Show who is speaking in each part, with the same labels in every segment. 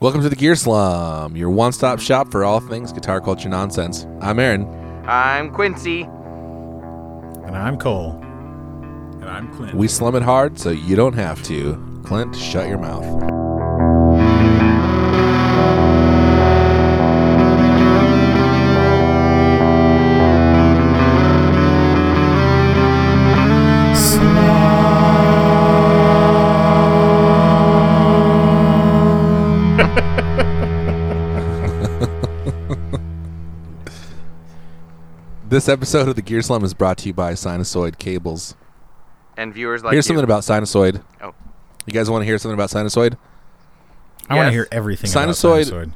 Speaker 1: Welcome to the Gear Slum, your one stop shop for all things guitar culture nonsense. I'm Aaron.
Speaker 2: I'm Quincy.
Speaker 3: And I'm Cole.
Speaker 4: And I'm Clint.
Speaker 1: We slum it hard so you don't have to. Clint, shut your mouth. This episode of the Gear Slum is brought to you by Sinusoid Cables.
Speaker 2: And viewers like
Speaker 1: Here's
Speaker 2: you.
Speaker 1: something about Sinusoid.
Speaker 2: Oh.
Speaker 1: You guys want to hear something about Sinusoid?
Speaker 3: I want
Speaker 2: Yes.
Speaker 3: to hear everything
Speaker 1: Sinusoid-
Speaker 3: about sinusoid.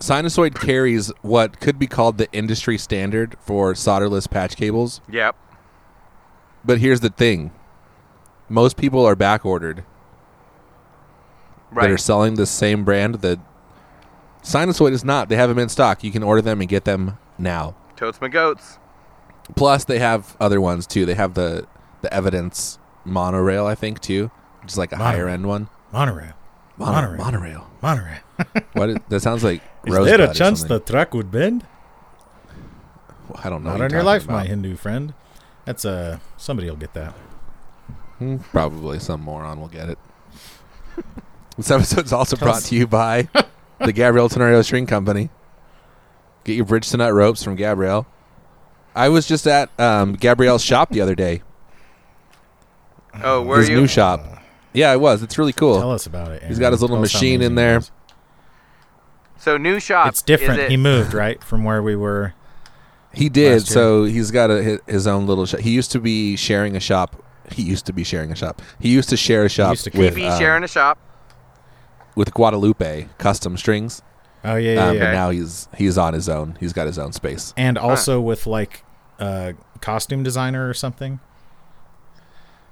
Speaker 1: Sinusoid carries what could be called the industry standard for solderless patch cables.
Speaker 2: Yep.
Speaker 1: But here's the thing most people are back ordered that are
Speaker 2: Right.
Speaker 1: selling the same brand that Sinusoid is not. They have them in stock. You can order them and get them now.
Speaker 2: Totes my goats.
Speaker 1: Plus, they have other ones too. They have the the Evidence monorail, I think, too, which is like a
Speaker 3: Monorail.
Speaker 1: higher end one.
Speaker 3: Monorail.
Speaker 1: Mono-
Speaker 3: Monorail.
Speaker 1: Monorail.
Speaker 3: Monorail.
Speaker 1: What? Is, that sounds like.
Speaker 3: Is
Speaker 1: Rosebud
Speaker 3: there
Speaker 1: or
Speaker 3: a chance
Speaker 1: something.
Speaker 3: the track would bend?
Speaker 1: I don't know.
Speaker 3: Not
Speaker 1: what
Speaker 3: on
Speaker 1: you're
Speaker 3: your life,
Speaker 1: talking
Speaker 3: my
Speaker 1: about.
Speaker 3: Hindu friend. That's uh somebody will get that.
Speaker 1: Hmm, Probably some moron will get it. this episode is also
Speaker 3: Tell
Speaker 1: brought
Speaker 3: us-
Speaker 1: to you by the Gabrielle Tenorio String Company. Get your bridge to nut ropes from Gabrielle. I was just at um, Gabrielle's shop the other day.
Speaker 2: Oh, where are
Speaker 1: his
Speaker 2: you?
Speaker 1: new shop. Yeah, it was. It's really
Speaker 3: Tell
Speaker 1: cool.
Speaker 3: us about it.
Speaker 1: He's
Speaker 3: Aaron.
Speaker 1: got his little
Speaker 3: Tell us how
Speaker 1: machine in
Speaker 3: amazing
Speaker 1: there.
Speaker 3: it is.
Speaker 2: so new shop.
Speaker 3: It's different.
Speaker 2: Is it-
Speaker 3: He moved right from where we were.
Speaker 1: He did.
Speaker 3: Last year.
Speaker 1: So he's got a, hi- his own little shop. He used to be sharing a shop. He used to be sharing a shop. He used to share a shop
Speaker 3: used to
Speaker 1: with
Speaker 2: be
Speaker 1: um,
Speaker 2: sharing a shop.
Speaker 1: with Guadalupe Custom Strings.
Speaker 3: Oh yeah, yeah,
Speaker 1: Um,
Speaker 3: yeah.
Speaker 1: But now he's he's on his own. He's got his own space.
Speaker 3: And also with like uh costume designer or something.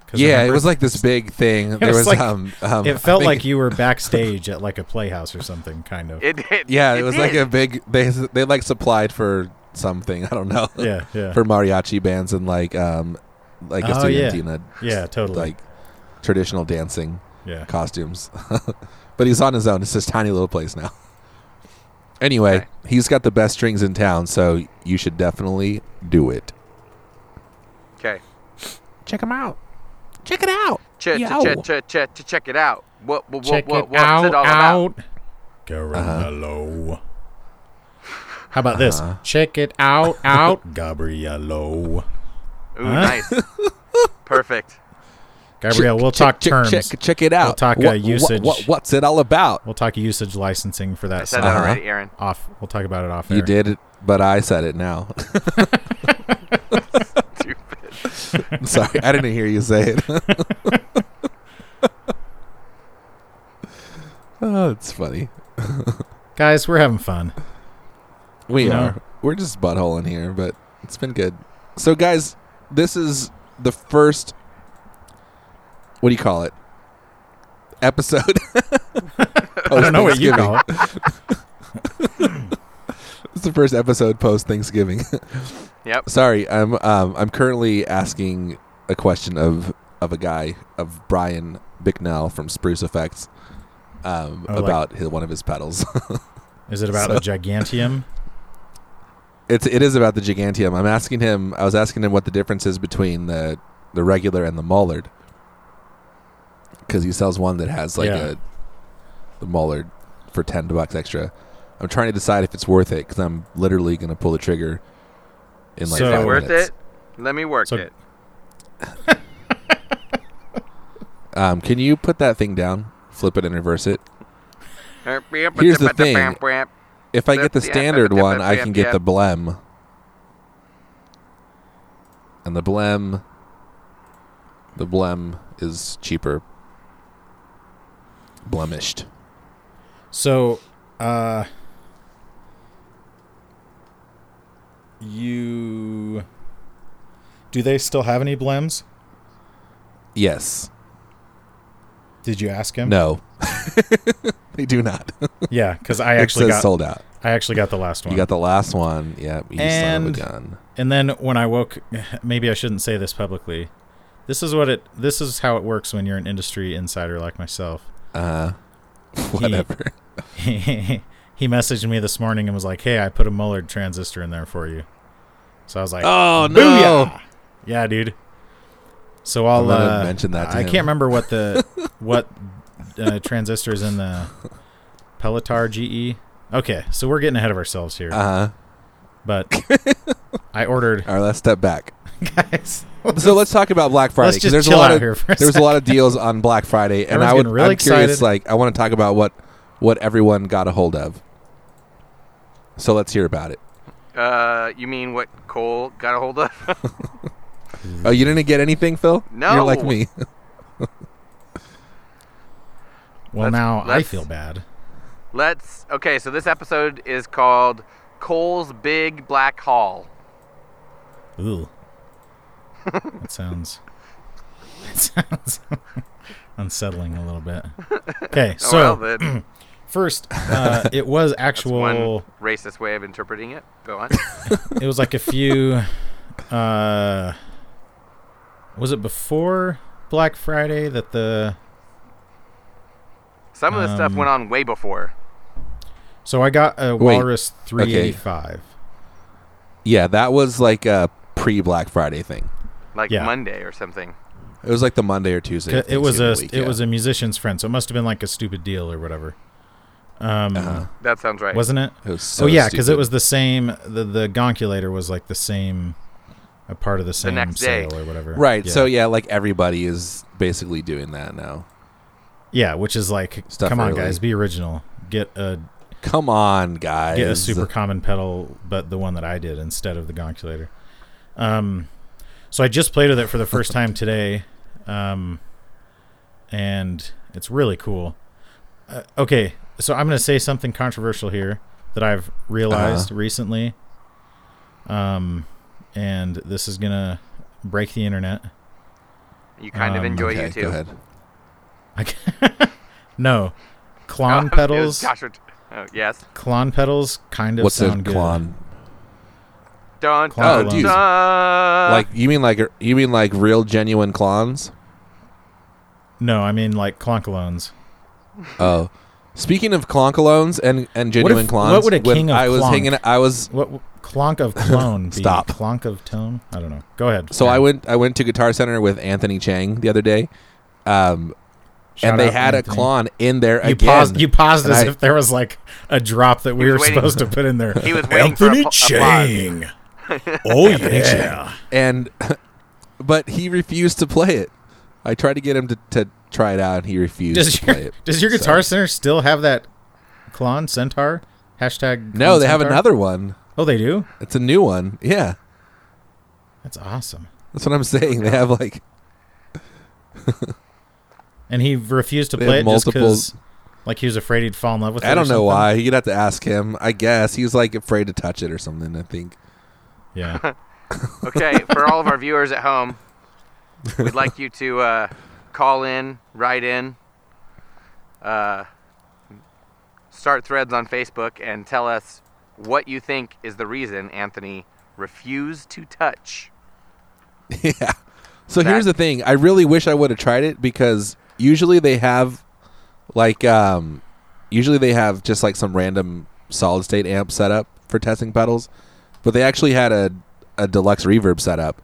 Speaker 3: 'Cause
Speaker 1: Yeah, it
Speaker 3: remember-
Speaker 1: was like this big thing. There
Speaker 3: was
Speaker 1: was,
Speaker 3: like-
Speaker 1: um, um, I
Speaker 3: it felt
Speaker 1: think-
Speaker 3: like you were backstage at like a playhouse or something, kind of.
Speaker 2: It, it
Speaker 1: yeah, it was like
Speaker 2: did.
Speaker 1: a big they they like supplied for something I don't know
Speaker 3: yeah, yeah,
Speaker 1: for mariachi bands and like um like a
Speaker 3: Oh,
Speaker 1: student
Speaker 3: yeah.
Speaker 1: in a-
Speaker 3: yeah, totally.
Speaker 1: like traditional dancing
Speaker 3: yeah,
Speaker 1: costumes, but he's on his own. It's this tiny little place now. Anyway,
Speaker 2: Okay.
Speaker 1: he's got the best strings in town, so you should definitely do it.
Speaker 2: Okay.
Speaker 1: Check him out. Check it out.
Speaker 2: Ch-
Speaker 1: Yo.
Speaker 2: ch- ch- ch- ch- ch- check it out. What, what,
Speaker 3: check
Speaker 2: what,
Speaker 3: it
Speaker 2: what's
Speaker 3: out.
Speaker 2: it all about?
Speaker 3: out.
Speaker 1: Uh-huh.
Speaker 3: Gabriello. How about this? Check it out, out. Gabriello.
Speaker 2: Ooh,
Speaker 3: Huh?
Speaker 2: nice. Perfect.
Speaker 3: Gabriel,
Speaker 1: Check-
Speaker 3: we'll
Speaker 1: check-
Speaker 3: talk
Speaker 1: check,
Speaker 3: terms.
Speaker 1: Check, check it out.
Speaker 3: talk, uh,
Speaker 1: What- what-
Speaker 3: usage.
Speaker 1: what- what's it all about?
Speaker 3: We'll talk usage licensing for
Speaker 2: I
Speaker 3: that
Speaker 2: said
Speaker 3: song.
Speaker 2: that
Speaker 1: Uh-huh.
Speaker 2: already, Aaron.
Speaker 3: Off. We'll talk about it off.
Speaker 1: You
Speaker 3: air.
Speaker 1: did, it, but I said it now.
Speaker 2: Stupid.
Speaker 1: Sorry, I didn't hear you say it. oh, it's funny.
Speaker 3: guys. We're having fun.
Speaker 1: We
Speaker 3: You know?
Speaker 1: are. We're just buttholing here, but it's been good. So, guys, this is the first. What do you call it? Episode.
Speaker 3: I don't know what you call it.
Speaker 1: It's the first episode post Thanksgiving.
Speaker 2: Yep.
Speaker 1: Sorry, I'm um, I'm currently asking a question of of a guy of Brian Bicknell from Spruce Effects um,
Speaker 3: Oh, like-
Speaker 1: about his, one of his pedals.
Speaker 3: Is it about
Speaker 1: So-
Speaker 3: a gigantium?
Speaker 1: it's it is about the Gigantium. I'm asking him. I was asking him what the difference is between the the regular and the Mullard because he sells one that has like
Speaker 3: Yeah.
Speaker 1: a the Mullard for ten bucks extra. I'm trying to decide if it's worth it because I'm literally going to pull the trigger in like
Speaker 3: So-
Speaker 1: five
Speaker 2: Worth
Speaker 1: minutes.
Speaker 2: it? Let me work
Speaker 3: So-
Speaker 2: it.
Speaker 1: Um, can you put that thing down, flip it, and reverse it?
Speaker 2: Here's
Speaker 1: the thing. If I get the
Speaker 2: Yeah,
Speaker 1: standard
Speaker 2: yeah,
Speaker 1: one, I
Speaker 2: yeah,
Speaker 1: can get
Speaker 2: yeah.
Speaker 1: the blem. And the blem the blem is cheaper. Blemished.
Speaker 3: So, uh, you do they still have any blems?
Speaker 1: Yes.
Speaker 3: Did you ask him?
Speaker 1: No. they do not.
Speaker 3: Yeah, because I
Speaker 1: it
Speaker 3: actually
Speaker 1: says
Speaker 3: got
Speaker 1: sold out.
Speaker 3: I actually got the last one.
Speaker 1: You got the last one. Yeah, you
Speaker 3: And-
Speaker 1: son of a gun.
Speaker 3: and then when I woke, maybe I shouldn't say this publicly. This is what it. This is how it works when you're an industry insider like myself.
Speaker 1: Uh, whatever.
Speaker 3: he messaged me this morning and was like, "Hey, I put a Mullard transistor in there for you." So I was like,
Speaker 1: Oh
Speaker 3: Booyah! "Yeah, dude." So I'll
Speaker 1: I'm gonna
Speaker 3: uh,
Speaker 1: mention that to
Speaker 3: I
Speaker 1: him.
Speaker 3: can't remember what the what uh, transistors in the Pelotar GE. Okay, so we're getting ahead of ourselves here,
Speaker 1: Uh huh.
Speaker 3: but I ordered
Speaker 1: All right, let's step back.
Speaker 3: guys.
Speaker 1: So let's talk about Black Friday. 'cause
Speaker 3: just
Speaker 1: there's
Speaker 3: chill
Speaker 1: a lot
Speaker 3: out
Speaker 1: of
Speaker 3: here for a
Speaker 1: there's a lot of deals on Black Friday, and
Speaker 3: Everyone's
Speaker 1: I would
Speaker 3: getting really
Speaker 1: I'm curious.
Speaker 3: excited.
Speaker 1: Like I want to talk about what what everyone got a hold of. So let's hear about it.
Speaker 2: Uh, you mean what Cole got a hold of?
Speaker 1: Oh, you didn't get anything, Phil?
Speaker 2: No.
Speaker 1: you're like me.
Speaker 3: Well,
Speaker 2: Let's-
Speaker 3: now I
Speaker 2: let's-
Speaker 3: feel bad.
Speaker 2: Let's. Okay, so this episode is called Cole's Big Black Oh, Haul.
Speaker 3: Ooh. that sounds. That sounds unsettling a little bit. Okay,
Speaker 2: Oh,
Speaker 3: so
Speaker 2: well, then,
Speaker 3: first, uh, it was
Speaker 2: that's
Speaker 3: actual.
Speaker 2: one racist way of interpreting it. Go on.
Speaker 3: It was like a few. Uh, was it before Black Friday that the?
Speaker 2: Some of the stuff
Speaker 3: Um,
Speaker 2: went on way before.
Speaker 3: So I got a
Speaker 1: Wait,
Speaker 3: Walrus three eighty five.
Speaker 1: Yeah, that was like a pre Black Friday thing.
Speaker 2: like
Speaker 3: Yeah.
Speaker 2: Monday or something.
Speaker 1: It was like the Monday or Tuesday. of
Speaker 3: It was a
Speaker 1: Thanksgiving week,
Speaker 3: it
Speaker 1: yeah.
Speaker 3: was a musician's friend, so it must have been like a stupid deal or whatever. Um,
Speaker 2: That sounds right.
Speaker 3: wasn't it?
Speaker 1: It was so
Speaker 3: oh yeah, because it
Speaker 1: stupid.
Speaker 3: was the same. The the gonculator was like the same, a part of the same
Speaker 2: next day.
Speaker 3: sale or whatever.
Speaker 1: right.
Speaker 3: Yeah.
Speaker 1: So yeah, like everybody is basically doing that now.
Speaker 3: yeah, which is like,
Speaker 1: Stuff
Speaker 3: come on,
Speaker 1: early.
Speaker 3: guys, be original. Get a
Speaker 1: Come on, guys.
Speaker 3: get a super common pedal, but the one that I did instead of the gonculator. Um, so I just played with it for the first time today, um, and it's really cool. Uh, okay, so I'm gonna say something controversial here that I've realized
Speaker 1: Uh-huh.
Speaker 3: recently, um, and this is gonna break the internet.
Speaker 2: You kind of
Speaker 3: Um,
Speaker 2: enjoy
Speaker 1: Okay,
Speaker 2: YouTube.
Speaker 1: go ahead.
Speaker 3: Like-
Speaker 2: Oh,
Speaker 3: no,
Speaker 2: it
Speaker 3: clon
Speaker 2: was
Speaker 3: pedals,
Speaker 2: Joshua- oh, yes.
Speaker 3: clon pedals, kind of
Speaker 1: What's a
Speaker 3: sound good.
Speaker 1: clon?
Speaker 2: Dun,
Speaker 3: Clon
Speaker 2: dun,
Speaker 1: Oh, dude.
Speaker 2: dun.
Speaker 4: Oh,
Speaker 1: like you mean like you mean like real genuine clones?
Speaker 3: No, I mean like cloncalones.
Speaker 1: Oh, speaking of cloncalones and and genuine
Speaker 3: if-
Speaker 1: clones,
Speaker 3: what would a
Speaker 1: when
Speaker 3: king of
Speaker 1: I was
Speaker 3: clonk-
Speaker 1: hanging. I was
Speaker 3: What w- clonk of clone? be?
Speaker 1: Stop.
Speaker 3: Clonk of tone. I don't know. Go ahead.
Speaker 1: so I went I went to Guitar Center with Anthony Chang the other day, um,
Speaker 3: Shout
Speaker 1: and they
Speaker 3: out,
Speaker 1: had
Speaker 3: Anthony.
Speaker 1: a clon in there
Speaker 3: You
Speaker 1: again.
Speaker 3: paused. You paused
Speaker 1: And
Speaker 3: as
Speaker 1: I-
Speaker 3: if there was like a drop that we
Speaker 2: was
Speaker 3: were
Speaker 2: waiting-
Speaker 3: supposed to put in there.
Speaker 2: He was waiting for
Speaker 4: Anthony
Speaker 2: a, pl- applause.
Speaker 4: Chang. oh yeah.
Speaker 1: and but he refused to play it. I tried to get him to, to try it out, and he refused
Speaker 3: Does
Speaker 1: to
Speaker 3: your
Speaker 1: play it.
Speaker 3: Does your
Speaker 1: So-
Speaker 3: guitar center still have that clon centaur hashtag?
Speaker 1: No,
Speaker 3: clon
Speaker 1: they have
Speaker 3: centaur?
Speaker 1: another one.
Speaker 3: Oh, they do.
Speaker 1: It's a new one. Yeah,
Speaker 3: That's awesome.
Speaker 1: that's what I'm saying. They have like
Speaker 3: And he refused to
Speaker 1: They
Speaker 3: play it
Speaker 1: have
Speaker 3: just
Speaker 1: multiple-
Speaker 3: because, like, he was afraid he'd fall in love with. it
Speaker 1: I
Speaker 3: or
Speaker 1: don't know
Speaker 3: something?
Speaker 1: why. You'd have to ask him. I guess he was like afraid to touch it or something. I think.
Speaker 3: Yeah.
Speaker 2: Okay, for all of our viewers at home, we'd like you to uh, call in, write in, uh, start threads on Facebook, and tell us what you think is the reason Anthony refused to touch.
Speaker 1: yeah. So
Speaker 2: That-
Speaker 1: here's the thing. I really wish I would have tried it because usually they have like um usually they have just like some random solid state amp set up for testing pedals, but they actually had a a deluxe reverb set up.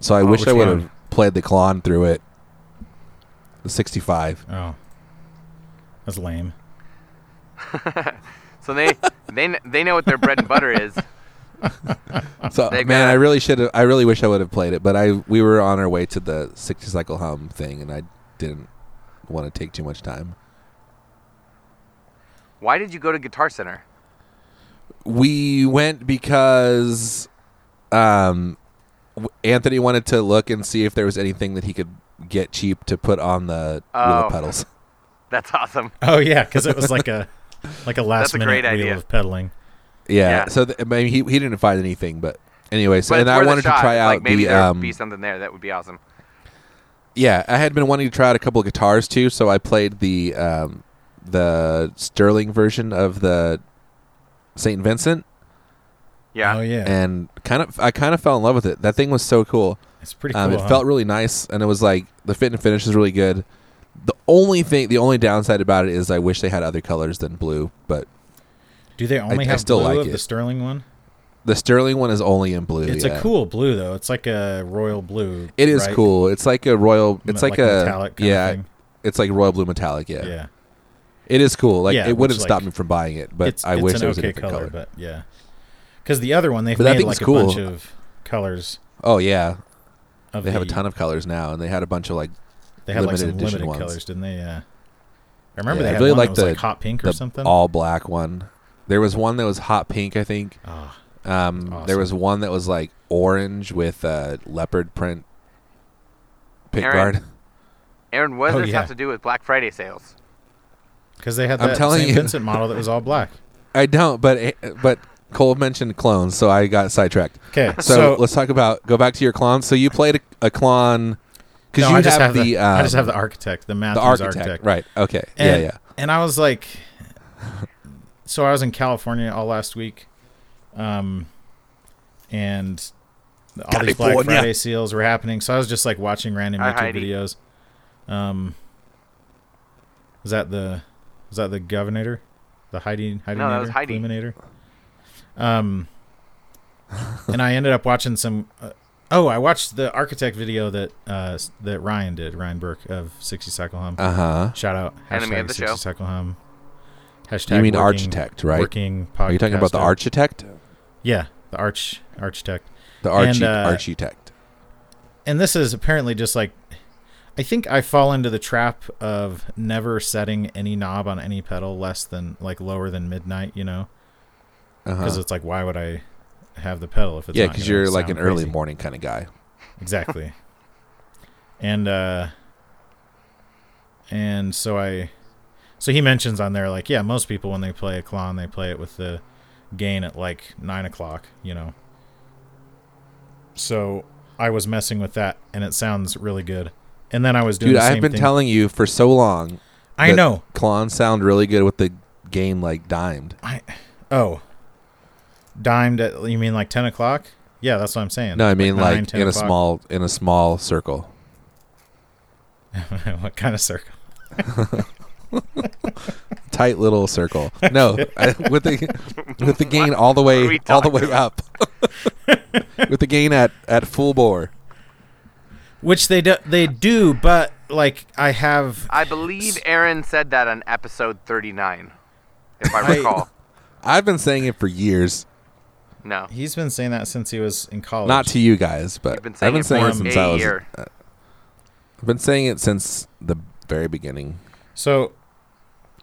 Speaker 1: So I wish
Speaker 3: Oh, which
Speaker 1: I would
Speaker 3: one?
Speaker 1: have played the Klon through it. The 65.
Speaker 3: Oh, that's lame.
Speaker 2: So they they kn- they know what their bread and butter is.
Speaker 1: So
Speaker 2: They
Speaker 1: man,
Speaker 2: got-
Speaker 1: I really should have I really wish I would have played it, but I we were on our way to the 60 cycle hum thing and I didn't want to take too much time.
Speaker 2: Why did you go to Guitar Center?
Speaker 1: we went because um w- Anthony wanted to look and see if there was anything that he could get cheap to put on the wheel
Speaker 2: Oh.
Speaker 1: of pedals.
Speaker 2: That's awesome.
Speaker 3: Oh yeah, because it was like a like a last minute
Speaker 2: great
Speaker 3: wheel
Speaker 2: idea.
Speaker 3: of pedaling.
Speaker 1: Yeah.
Speaker 2: Yeah.
Speaker 1: So th- I mean, he he didn't find anything, but anyway. So
Speaker 2: But
Speaker 1: and
Speaker 2: it's
Speaker 1: I
Speaker 2: worth a
Speaker 1: wanted to
Speaker 2: shot.
Speaker 1: try out
Speaker 2: like maybe
Speaker 1: the
Speaker 2: there'd
Speaker 1: um
Speaker 2: be something there that would be awesome.
Speaker 1: yeah I had been wanting to try out a couple guitars too, so I played the um the Sterling version of the Saint Vincent
Speaker 2: Yeah.
Speaker 3: Oh yeah,
Speaker 1: and kind of I kind of fell in love with it. That thing was so cool.
Speaker 3: it's pretty cool.
Speaker 1: Um, it
Speaker 3: huh?
Speaker 1: felt really nice, and it was like the fit and finish is really good. The only thing, the only downside about it is I wish they had other colors than blue, but
Speaker 3: Do they only
Speaker 1: I
Speaker 3: have
Speaker 1: still
Speaker 3: blue
Speaker 1: like
Speaker 3: of
Speaker 1: it.
Speaker 3: the Sterling one?
Speaker 1: the sterling one is only in blue.
Speaker 3: It's
Speaker 1: yeah.
Speaker 3: a cool blue though. It's like a royal blue.
Speaker 1: It is
Speaker 3: right?
Speaker 1: cool. It's like a royal. It's
Speaker 3: Me-
Speaker 1: like,
Speaker 3: like
Speaker 1: a
Speaker 3: metallic kinda
Speaker 1: yeah.
Speaker 3: thing.
Speaker 1: It's like royal blue metallic. Yeah.
Speaker 3: Yeah.
Speaker 1: It is cool. Like
Speaker 3: Yeah,
Speaker 1: it
Speaker 3: which,
Speaker 1: wouldn't stop
Speaker 3: like,
Speaker 1: me from buying it, but
Speaker 3: it's,
Speaker 1: I
Speaker 3: it's
Speaker 1: wish
Speaker 3: an
Speaker 1: there was
Speaker 3: okay
Speaker 1: a different color.
Speaker 3: but yeah, because the other one they've
Speaker 1: But I
Speaker 3: made
Speaker 1: think
Speaker 3: like
Speaker 1: it's
Speaker 3: a
Speaker 1: cool.
Speaker 3: bunch of colors
Speaker 1: oh yeah,
Speaker 3: of
Speaker 1: they have a
Speaker 3: the-
Speaker 1: ton of colors now, and they had a bunch of like
Speaker 3: they had like
Speaker 1: limited
Speaker 3: some
Speaker 1: edition
Speaker 3: limited
Speaker 1: ones.
Speaker 3: colors, didn't they? Yeah, I remember
Speaker 1: Yeah,
Speaker 3: they
Speaker 1: I
Speaker 3: had
Speaker 1: really
Speaker 3: one
Speaker 1: like
Speaker 3: that was like
Speaker 1: the-
Speaker 3: hot pink or
Speaker 1: the
Speaker 3: something.
Speaker 1: all black one. There was one that was hot pink, I think.
Speaker 3: Ah,
Speaker 1: Um,
Speaker 3: Awesome.
Speaker 1: There was one that was like orange with uh, leopard print pick
Speaker 2: Aaron,
Speaker 1: guard.
Speaker 2: Aaron, what does
Speaker 3: Oh,
Speaker 2: this
Speaker 3: yeah.
Speaker 2: have to do with Black Friday sales?
Speaker 3: because they had
Speaker 1: I'm
Speaker 3: that
Speaker 1: telling
Speaker 3: St.
Speaker 1: you.
Speaker 3: Vincent model that was all black.
Speaker 1: I don't, but but Cole mentioned clones, so I got sidetracked.
Speaker 3: Okay,
Speaker 1: So,
Speaker 3: so,
Speaker 1: let's talk about go back to your clons. So you played a, a clon because
Speaker 3: no,
Speaker 1: you
Speaker 3: I just have, the,
Speaker 1: um,
Speaker 3: I just have the architect, the Matthews
Speaker 1: the architect, right? Okay,
Speaker 3: And,
Speaker 1: yeah, yeah.
Speaker 3: And I was like, so I was in California all last week, um, and all these Black
Speaker 1: California.
Speaker 3: Friday sales were happening. So I was just like watching random
Speaker 2: Hi,
Speaker 3: YouTube
Speaker 2: Heidi.
Speaker 3: videos. Um, was that the was that the governor, the Heidi Heidi
Speaker 2: No, that was Heidi.
Speaker 3: Illuminator? Um, and I ended up watching some. Uh, oh, I watched the architect video that uh, s- that Ryan did, Ryan Burke of Sixty Cycle Hum.
Speaker 1: Uh huh.
Speaker 3: Shout out
Speaker 2: Enemy of
Speaker 3: hashtag
Speaker 2: the
Speaker 3: Sixty
Speaker 2: show.
Speaker 3: Cycle Hum. Hashtag
Speaker 1: You mean
Speaker 3: working-
Speaker 1: architect, right?
Speaker 3: Working
Speaker 1: Are you talking about the
Speaker 3: podcaster.
Speaker 1: architect?
Speaker 3: Yeah, the arch architect.
Speaker 1: The archi-
Speaker 3: And, uh,
Speaker 1: architect.
Speaker 3: And this is apparently just like I think I fall into the trap of never setting any knob on any pedal less than like lower than midnight, you know? Because
Speaker 1: Uh-huh.
Speaker 3: it's like why would I have the pedal if it's
Speaker 1: Yeah,
Speaker 3: not
Speaker 1: because
Speaker 3: gonna
Speaker 1: you're like an
Speaker 3: sound
Speaker 1: early
Speaker 3: crazy?
Speaker 1: morning kind of guy.
Speaker 3: Exactly. and uh and so I so he mentions on there like, yeah, most people when they play a clon they play it with the gain at like nine o'clock, you know. So I was messing with that and it sounds really good. And then I was doing
Speaker 1: Dude,
Speaker 3: the
Speaker 1: I've
Speaker 3: same
Speaker 1: been
Speaker 3: thing.
Speaker 1: telling you for so long.
Speaker 3: I
Speaker 1: that
Speaker 3: know.
Speaker 1: Klon sound really good with the game like dimed.
Speaker 3: I oh. Dimed at you mean like ten o'clock? Yeah, that's what I'm saying.
Speaker 1: No, I mean
Speaker 3: nine,
Speaker 1: like,
Speaker 3: 10
Speaker 1: in a
Speaker 3: o'clock.
Speaker 1: small in a small circle.
Speaker 3: what kind of circle?
Speaker 1: Tight little circle. No, I, with the with the gain all the
Speaker 2: What are
Speaker 1: way
Speaker 2: we
Speaker 1: all the way
Speaker 2: talking
Speaker 1: up. with the gain at at full bore.
Speaker 3: Which they do they do, but like I have
Speaker 2: I believe Aaron said that on episode 39, if I
Speaker 3: I-
Speaker 2: recall.
Speaker 1: I've been saying it for years,
Speaker 2: no.
Speaker 3: He's been saying that since he was in college.
Speaker 1: not to you guys, but
Speaker 2: You've been
Speaker 1: I've
Speaker 2: saying
Speaker 1: been
Speaker 2: it
Speaker 1: saying
Speaker 2: for
Speaker 1: it since
Speaker 2: a
Speaker 1: I was.
Speaker 2: year.
Speaker 1: I've been saying it since the very beginning.
Speaker 3: so,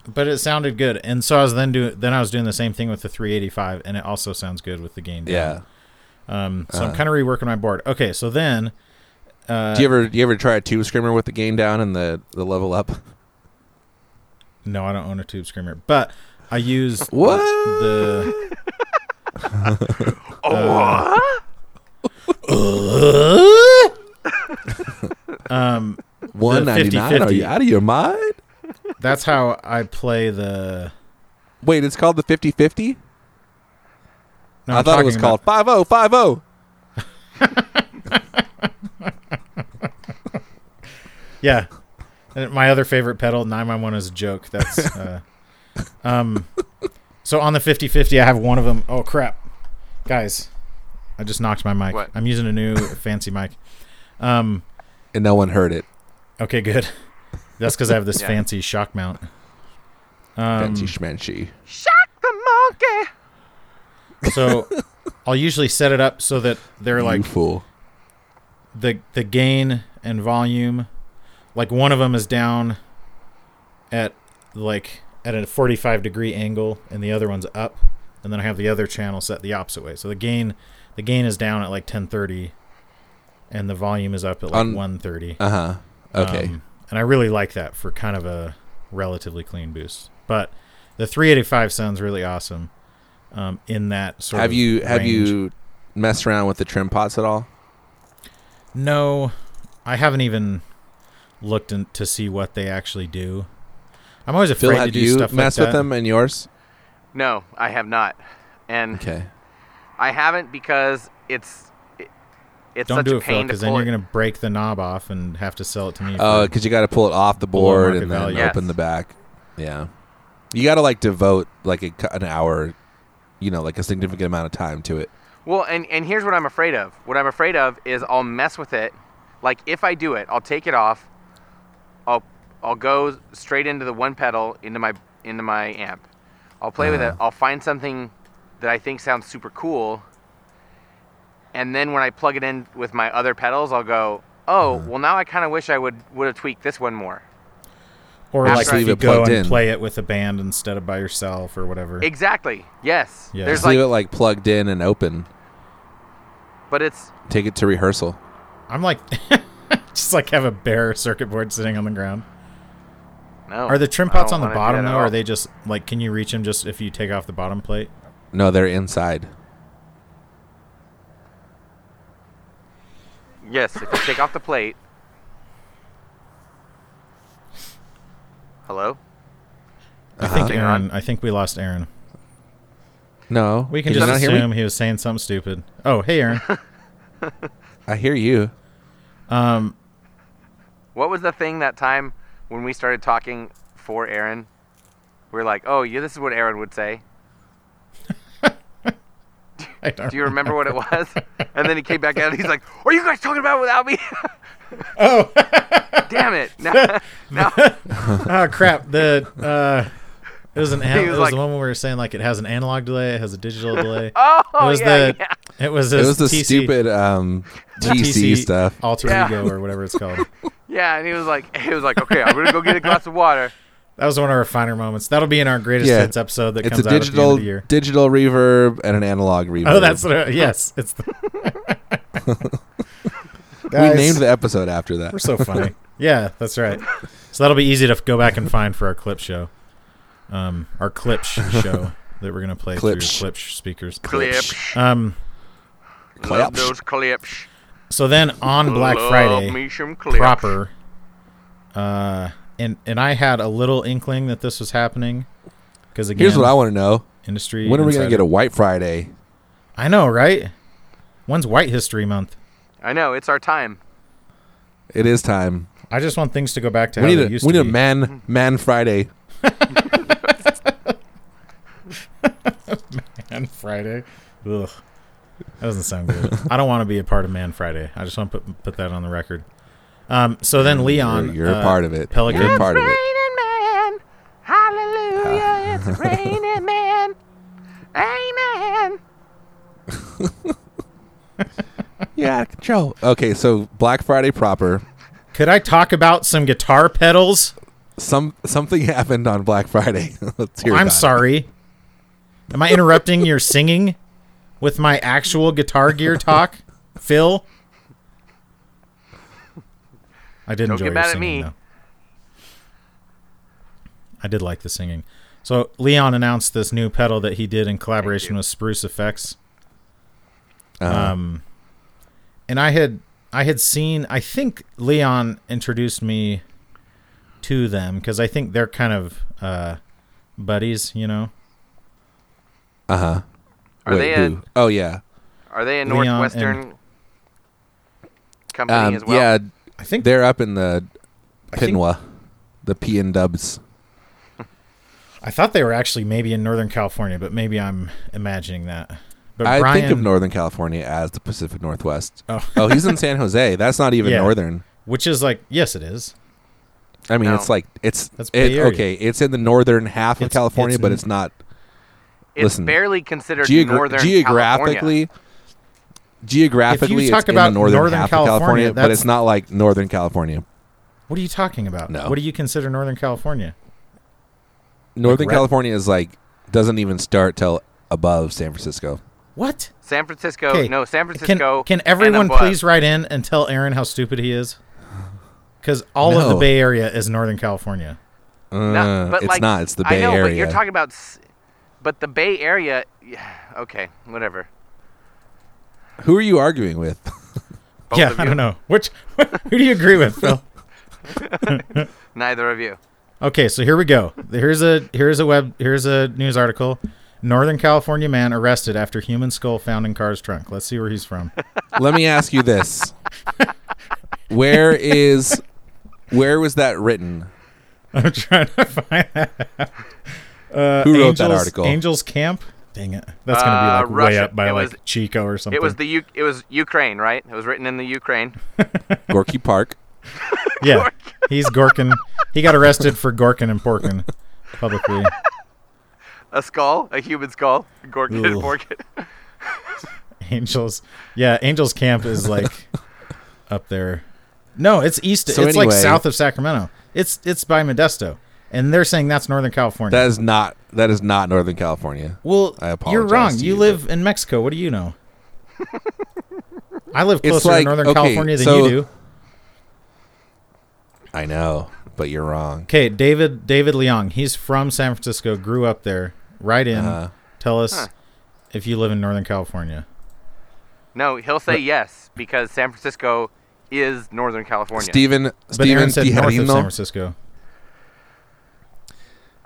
Speaker 3: but it sounded good, and so I was then doing. Then I was doing the same thing with the 385, and it also sounds good with the game. down.
Speaker 1: Yeah.
Speaker 3: Um. So
Speaker 1: Uh.
Speaker 3: I'm kind of reworking my board. Okay. So then, uh,
Speaker 1: do you ever do you ever try a tube screamer with the gain down and the the level up?
Speaker 3: no, I don't own a Tube Screamer, but I use
Speaker 1: What?
Speaker 3: the. um.
Speaker 1: One ninety nine? Are
Speaker 3: 50-50.
Speaker 1: you out of your mind?
Speaker 3: That's how I play the.
Speaker 1: Wait, it's called the 50-50?
Speaker 3: No,
Speaker 1: I
Speaker 3: I'm
Speaker 1: thought it
Speaker 3: talking
Speaker 1: was
Speaker 3: about-
Speaker 1: called five oh five oh.
Speaker 3: Yeah. And my other favorite pedal, 911 is a joke. That's uh um so on the 50/50 I have one of them. Oh crap. Guys, I just knocked my mic.
Speaker 2: What?
Speaker 3: I'm using a new fancy mic. Um
Speaker 1: And no one heard it.
Speaker 3: okay, good. That's cuz I have this
Speaker 2: Yeah.
Speaker 3: fancy shock mount. Um,
Speaker 1: Fancy schmancy.
Speaker 2: Shock the monkey!
Speaker 3: so I'll usually set it up so that they're
Speaker 1: You
Speaker 3: like
Speaker 1: fool.
Speaker 3: the the gain and volume like one of them is down at like at a 45 degree angle and the other one's up and then i have the other channel set the opposite way so the gain the gain is down at like 1030 and the volume is up at like
Speaker 1: On-
Speaker 3: 130
Speaker 1: Uh huh. Okay.
Speaker 3: Um, and i really like that for kind of a relatively clean boost but the 385 sounds really awesome um, in that sort
Speaker 1: have
Speaker 3: of
Speaker 1: you have
Speaker 3: range.
Speaker 1: you messed around with the trim pots at all?
Speaker 3: No, I haven't even looked in, to see what they actually do. I'm always afraid
Speaker 1: Phil,
Speaker 3: to
Speaker 1: have
Speaker 3: do
Speaker 1: you
Speaker 3: stuff
Speaker 1: messed
Speaker 3: like
Speaker 1: with
Speaker 3: that.
Speaker 1: them and yours?
Speaker 2: No, I have not. And
Speaker 1: Okay.
Speaker 2: I haven't because it's. It, It's
Speaker 3: Don't
Speaker 2: such
Speaker 3: do
Speaker 2: a
Speaker 3: it, Phil,
Speaker 2: pain to
Speaker 3: because
Speaker 2: pull
Speaker 3: then you're
Speaker 2: it.
Speaker 3: gonna break the knob off and have to sell it to me.
Speaker 1: Oh,
Speaker 3: for-
Speaker 1: because you got to pull it off the
Speaker 3: Below
Speaker 1: board
Speaker 3: market
Speaker 1: and then
Speaker 3: value.
Speaker 1: open
Speaker 2: Yes.
Speaker 1: the back. Yeah, you got to like devote like a, cu- an hour, you know, like a significant amount of time to it.
Speaker 2: Well, and, and here's what I'm afraid of. What I'm afraid of is I'll mess with it. Like if I do it, I'll take it off. I'll I'll go straight into the one pedal into my into my amp. I'll play with
Speaker 3: Uh-huh.
Speaker 2: it. I'll find something that I think sounds super cool. And then when I plug it in with my other pedals, I'll go, "Oh,
Speaker 3: Uh-huh.
Speaker 2: well now I kind of wish I would would have tweaked this one more."
Speaker 3: or
Speaker 1: Just
Speaker 3: like
Speaker 1: leave
Speaker 3: if you
Speaker 1: it
Speaker 3: go
Speaker 1: plugged
Speaker 3: and
Speaker 1: in.
Speaker 3: play it with a band instead of by yourself or whatever.
Speaker 2: Exactly. Yes.
Speaker 3: Yeah.
Speaker 2: There's
Speaker 1: Just leave
Speaker 2: like
Speaker 1: it like plugged in and open.
Speaker 2: but it's
Speaker 1: Take it to rehearsal.
Speaker 3: I'm like, just like have a bare circuit board sitting on the ground.
Speaker 2: no.
Speaker 3: Are the trim
Speaker 2: I don't
Speaker 3: pots on the
Speaker 2: wanna do
Speaker 3: bottom
Speaker 2: that at
Speaker 3: though? Or
Speaker 2: all.
Speaker 3: are they just like? Can you reach them just if you take off the bottom plate?
Speaker 1: No, they're inside.
Speaker 2: Yes, if you take off the plate. Hello?
Speaker 3: I
Speaker 1: Uh-huh.
Speaker 3: think
Speaker 2: Hang on.
Speaker 3: Aaron. I think we lost Aaron.
Speaker 1: No,
Speaker 3: We can
Speaker 1: Did you
Speaker 3: just
Speaker 1: not hear me?
Speaker 3: assume he was saying something stupid. Oh, hey Aaron.
Speaker 1: I hear you.
Speaker 3: um,
Speaker 2: What was the thing that time when we started talking for Aaron? We were like, oh, yeah, this is what Aaron would say.
Speaker 3: I don't.
Speaker 2: Do you remember what it was? And then he came back out and he's like, are you guys talking about it without me?
Speaker 3: Oh,
Speaker 2: Damn it. Now, now,
Speaker 3: oh crap. The uh, it was an. An-
Speaker 2: He
Speaker 3: it
Speaker 2: was
Speaker 3: was
Speaker 2: like-
Speaker 3: the one where we were saying like it has an analog delay, it has a digital delay.
Speaker 2: oh,
Speaker 3: it was
Speaker 2: yeah,
Speaker 3: the.
Speaker 2: yeah.
Speaker 3: It was
Speaker 1: It
Speaker 3: this
Speaker 1: was the
Speaker 3: TC
Speaker 1: stupid um, TC stuff.
Speaker 3: alter
Speaker 2: Yeah.
Speaker 3: ego, or whatever it's called.
Speaker 2: Yeah, and he was like, he was like, okay, I'm going to go get a glass of water.
Speaker 3: That was one of our finer moments. That'll be in our greatest
Speaker 1: Yeah.
Speaker 3: hits episode that
Speaker 1: It's a
Speaker 3: comes out at the end
Speaker 1: digital
Speaker 3: of the year.
Speaker 1: digital reverb and an analog reverb.
Speaker 3: Oh, that's what I- yes. It's the
Speaker 1: we
Speaker 3: Guys,
Speaker 1: named the episode after that.
Speaker 3: We're so funny. yeah, that's right. So that'll be easy to f- go back and find for our clip show, um, our clip sh- show that we're gonna play
Speaker 1: Clip
Speaker 3: through
Speaker 1: sh-
Speaker 3: clip sh- speakers.
Speaker 2: Clips.
Speaker 3: Um.
Speaker 2: Love
Speaker 1: Clips.
Speaker 2: those clips.
Speaker 3: So then on Black
Speaker 2: Love
Speaker 3: Friday,
Speaker 2: me some clips.
Speaker 3: proper. Uh, and and I had a little inkling that this was happening, because again,
Speaker 1: Here's what I want to know:
Speaker 3: industry.
Speaker 1: When are we gonna
Speaker 3: insider-
Speaker 1: get a White Friday?
Speaker 3: I know, right? When's White History Month?
Speaker 2: I know, it's our time.
Speaker 1: It is time.
Speaker 3: I just want things to go back to
Speaker 1: We
Speaker 3: how
Speaker 1: need
Speaker 3: they
Speaker 1: a
Speaker 3: used
Speaker 1: we
Speaker 3: to
Speaker 1: need a
Speaker 3: be.
Speaker 1: man
Speaker 2: Mm-hmm.
Speaker 1: man Friday.
Speaker 3: Man Friday. Ugh. That doesn't sound good. I don't want to be a part of Man Friday. I just want to put put that on the record. Um, so then Leon,
Speaker 1: You're, you're
Speaker 3: uh,
Speaker 1: a part of it.
Speaker 3: Pelican.
Speaker 1: You're a part of it. Ah.
Speaker 2: man. Hallelujah, it's raining man. Amen.
Speaker 1: Yeah, out of control. Okay, so Black Friday proper.
Speaker 3: Could I talk about some guitar pedals?
Speaker 1: Some something happened on Black Friday. Let's hear.
Speaker 3: I'm
Speaker 1: about it.
Speaker 3: sorry. Am I interrupting your singing with my actual guitar gear talk, Phil? I did
Speaker 2: Don't get
Speaker 3: enjoy your
Speaker 2: mad at
Speaker 3: singing,
Speaker 2: me.
Speaker 3: though. I did like the singing. So Leon announced this new pedal that he did in collaboration
Speaker 2: you. Uh-huh.
Speaker 3: with Spruce Effects.
Speaker 1: Uh,
Speaker 3: Um, and I had I had seen I think Leon introduced me to them because I think they're kind of uh, buddies, you know.
Speaker 2: Are
Speaker 1: wait,
Speaker 2: they
Speaker 1: who?
Speaker 2: a,
Speaker 1: Oh yeah.
Speaker 2: are they a
Speaker 3: Leon and-
Speaker 2: Northwestern company
Speaker 1: Um,
Speaker 2: as well?
Speaker 1: Yeah,
Speaker 3: I think
Speaker 1: they're up in the
Speaker 3: think-
Speaker 1: Pinwa, the P and Dubs.
Speaker 3: I thought they were actually maybe in Northern California, but maybe I'm imagining that. But
Speaker 1: I
Speaker 3: Brian,
Speaker 1: think of Northern California as the Pacific Northwest.
Speaker 3: Oh.
Speaker 1: oh, he's in San Jose. That's not even
Speaker 3: Yeah.
Speaker 1: northern.
Speaker 3: which is like yes, it is.
Speaker 1: I mean,
Speaker 2: No.
Speaker 1: it's like it's
Speaker 3: That's Bay
Speaker 1: it,
Speaker 3: Area.
Speaker 1: okay. It's in the northern half of
Speaker 3: It's-
Speaker 1: California,
Speaker 3: it's
Speaker 1: but
Speaker 3: in-
Speaker 1: it's not
Speaker 2: it's
Speaker 1: listen,
Speaker 2: barely considered
Speaker 1: geogra-
Speaker 2: Northern California.
Speaker 1: geographically. Geographically,
Speaker 3: If you talk
Speaker 1: it's
Speaker 3: about
Speaker 1: in the northern,
Speaker 3: Northern
Speaker 1: half
Speaker 3: California,
Speaker 1: of California, but
Speaker 3: that's-
Speaker 1: it's not like Northern California.
Speaker 3: What are you talking about?
Speaker 1: No.
Speaker 3: What do you consider Northern California?
Speaker 1: Northern
Speaker 3: Like rep-
Speaker 1: California is like doesn't even start till above San Francisco.
Speaker 3: What?
Speaker 2: San Francisco,
Speaker 3: Okay,
Speaker 2: Oh, no, San
Speaker 3: Can-
Speaker 2: Francisco.
Speaker 3: Can,
Speaker 2: and
Speaker 3: everyone
Speaker 2: above.
Speaker 3: please write in and tell Aaron how stupid he is? Because all of the
Speaker 1: No.
Speaker 3: Bay Area is Northern California.
Speaker 1: Uh,
Speaker 2: No, but
Speaker 1: it's
Speaker 2: like,
Speaker 1: not. It's the
Speaker 2: I
Speaker 1: Bay
Speaker 2: know,
Speaker 1: Area.
Speaker 2: But you're talking about, s- but the Bay Area. Okay, whatever.
Speaker 1: Who are you arguing with?
Speaker 2: Both
Speaker 3: yeah,
Speaker 2: of
Speaker 3: I
Speaker 2: you.
Speaker 3: don't know. Which who do you agree with, Phil?
Speaker 2: Neither of you.
Speaker 3: Okay, so here we go. Here's a here's a web here's a news article. Northern California man arrested after human skull found in car's trunk. Let's see where he's from.
Speaker 1: Let me ask you this: Where is, where was that written?
Speaker 3: I'm trying to find that. Uh,
Speaker 1: Who wrote that
Speaker 3: Angels-
Speaker 1: article?
Speaker 3: Angels Camp. Dang it, that's gonna
Speaker 2: Uh,
Speaker 3: be like way
Speaker 2: Russia.
Speaker 3: up by
Speaker 2: It
Speaker 3: like
Speaker 2: was-
Speaker 3: Chico or something.
Speaker 2: It was the U- it was Ukraine, right? It was written in the Ukraine.
Speaker 1: Gorky Park.
Speaker 3: yeah. He's Gorkin. He got arrested for Gorkin and Porkin publicly.
Speaker 2: A skull, a human skull, Gorkin and
Speaker 3: Ugh.
Speaker 2: Morgan.
Speaker 3: Angels. Yeah, Angels Camp is like up there. No, it's east.
Speaker 1: So
Speaker 3: it's like
Speaker 1: anyway-
Speaker 3: south of Sacramento. It's it's by Modesto, and they're saying that's Northern California.
Speaker 1: That is not. That is not Northern California.
Speaker 3: well,
Speaker 1: I
Speaker 3: you're
Speaker 1: apologize
Speaker 3: wrong.
Speaker 1: to
Speaker 3: You
Speaker 1: you,
Speaker 3: live in Mexico. What do you know? I live
Speaker 1: It's
Speaker 3: closer
Speaker 1: like-
Speaker 3: to Northern
Speaker 1: okay,
Speaker 3: California than
Speaker 1: so-
Speaker 3: you do.
Speaker 1: I know, but you're wrong.
Speaker 3: Okay, David David Leong. He's from San Francisco. Grew up there. Right in.
Speaker 1: Uh,
Speaker 3: Tell us
Speaker 2: Huh.
Speaker 3: if you live in Northern California.
Speaker 2: No, he'll say yes because San Francisco is Northern California.
Speaker 1: Stephen
Speaker 3: But Aaron
Speaker 1: Stephen
Speaker 3: said north of San
Speaker 1: DiHarino.
Speaker 3: Francisco.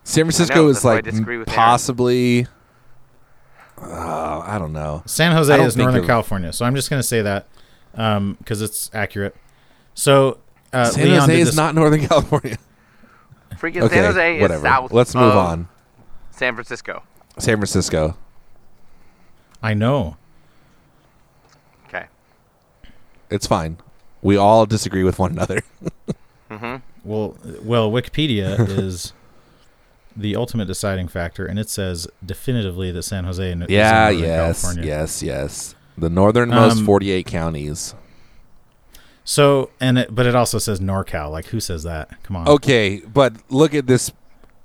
Speaker 1: San Francisco
Speaker 2: know,
Speaker 1: is
Speaker 2: that's why I
Speaker 1: like
Speaker 2: disagree with Aaron.
Speaker 1: possibly. Uh, I don't know.
Speaker 3: San
Speaker 1: I
Speaker 3: Jose
Speaker 1: don't
Speaker 3: is
Speaker 1: think
Speaker 3: Northern
Speaker 1: of-
Speaker 3: California, so I'm just going to say that because it's accurate. So uh,
Speaker 1: San
Speaker 3: Leon
Speaker 1: Jose
Speaker 3: did
Speaker 1: is
Speaker 3: this-
Speaker 1: not Northern California.
Speaker 2: Freaking
Speaker 1: Okay,
Speaker 2: San Jose
Speaker 1: whatever.
Speaker 2: is south.
Speaker 1: Let's move
Speaker 2: of
Speaker 1: on.
Speaker 2: San Francisco.
Speaker 1: San Francisco.
Speaker 3: I know.
Speaker 2: Okay.
Speaker 1: It's fine. We all disagree with one another.
Speaker 3: Well, well, Wikipedia is the ultimate deciding factor, and it says definitively that San Jose is
Speaker 1: yeah.
Speaker 3: in Northern
Speaker 1: Yes.
Speaker 3: California.
Speaker 1: Yes. Yes. The northernmost
Speaker 3: Um,
Speaker 1: 48 counties.
Speaker 3: So and it, but it also says NorCal. Like who says that? Come on.
Speaker 1: Okay, but look at this.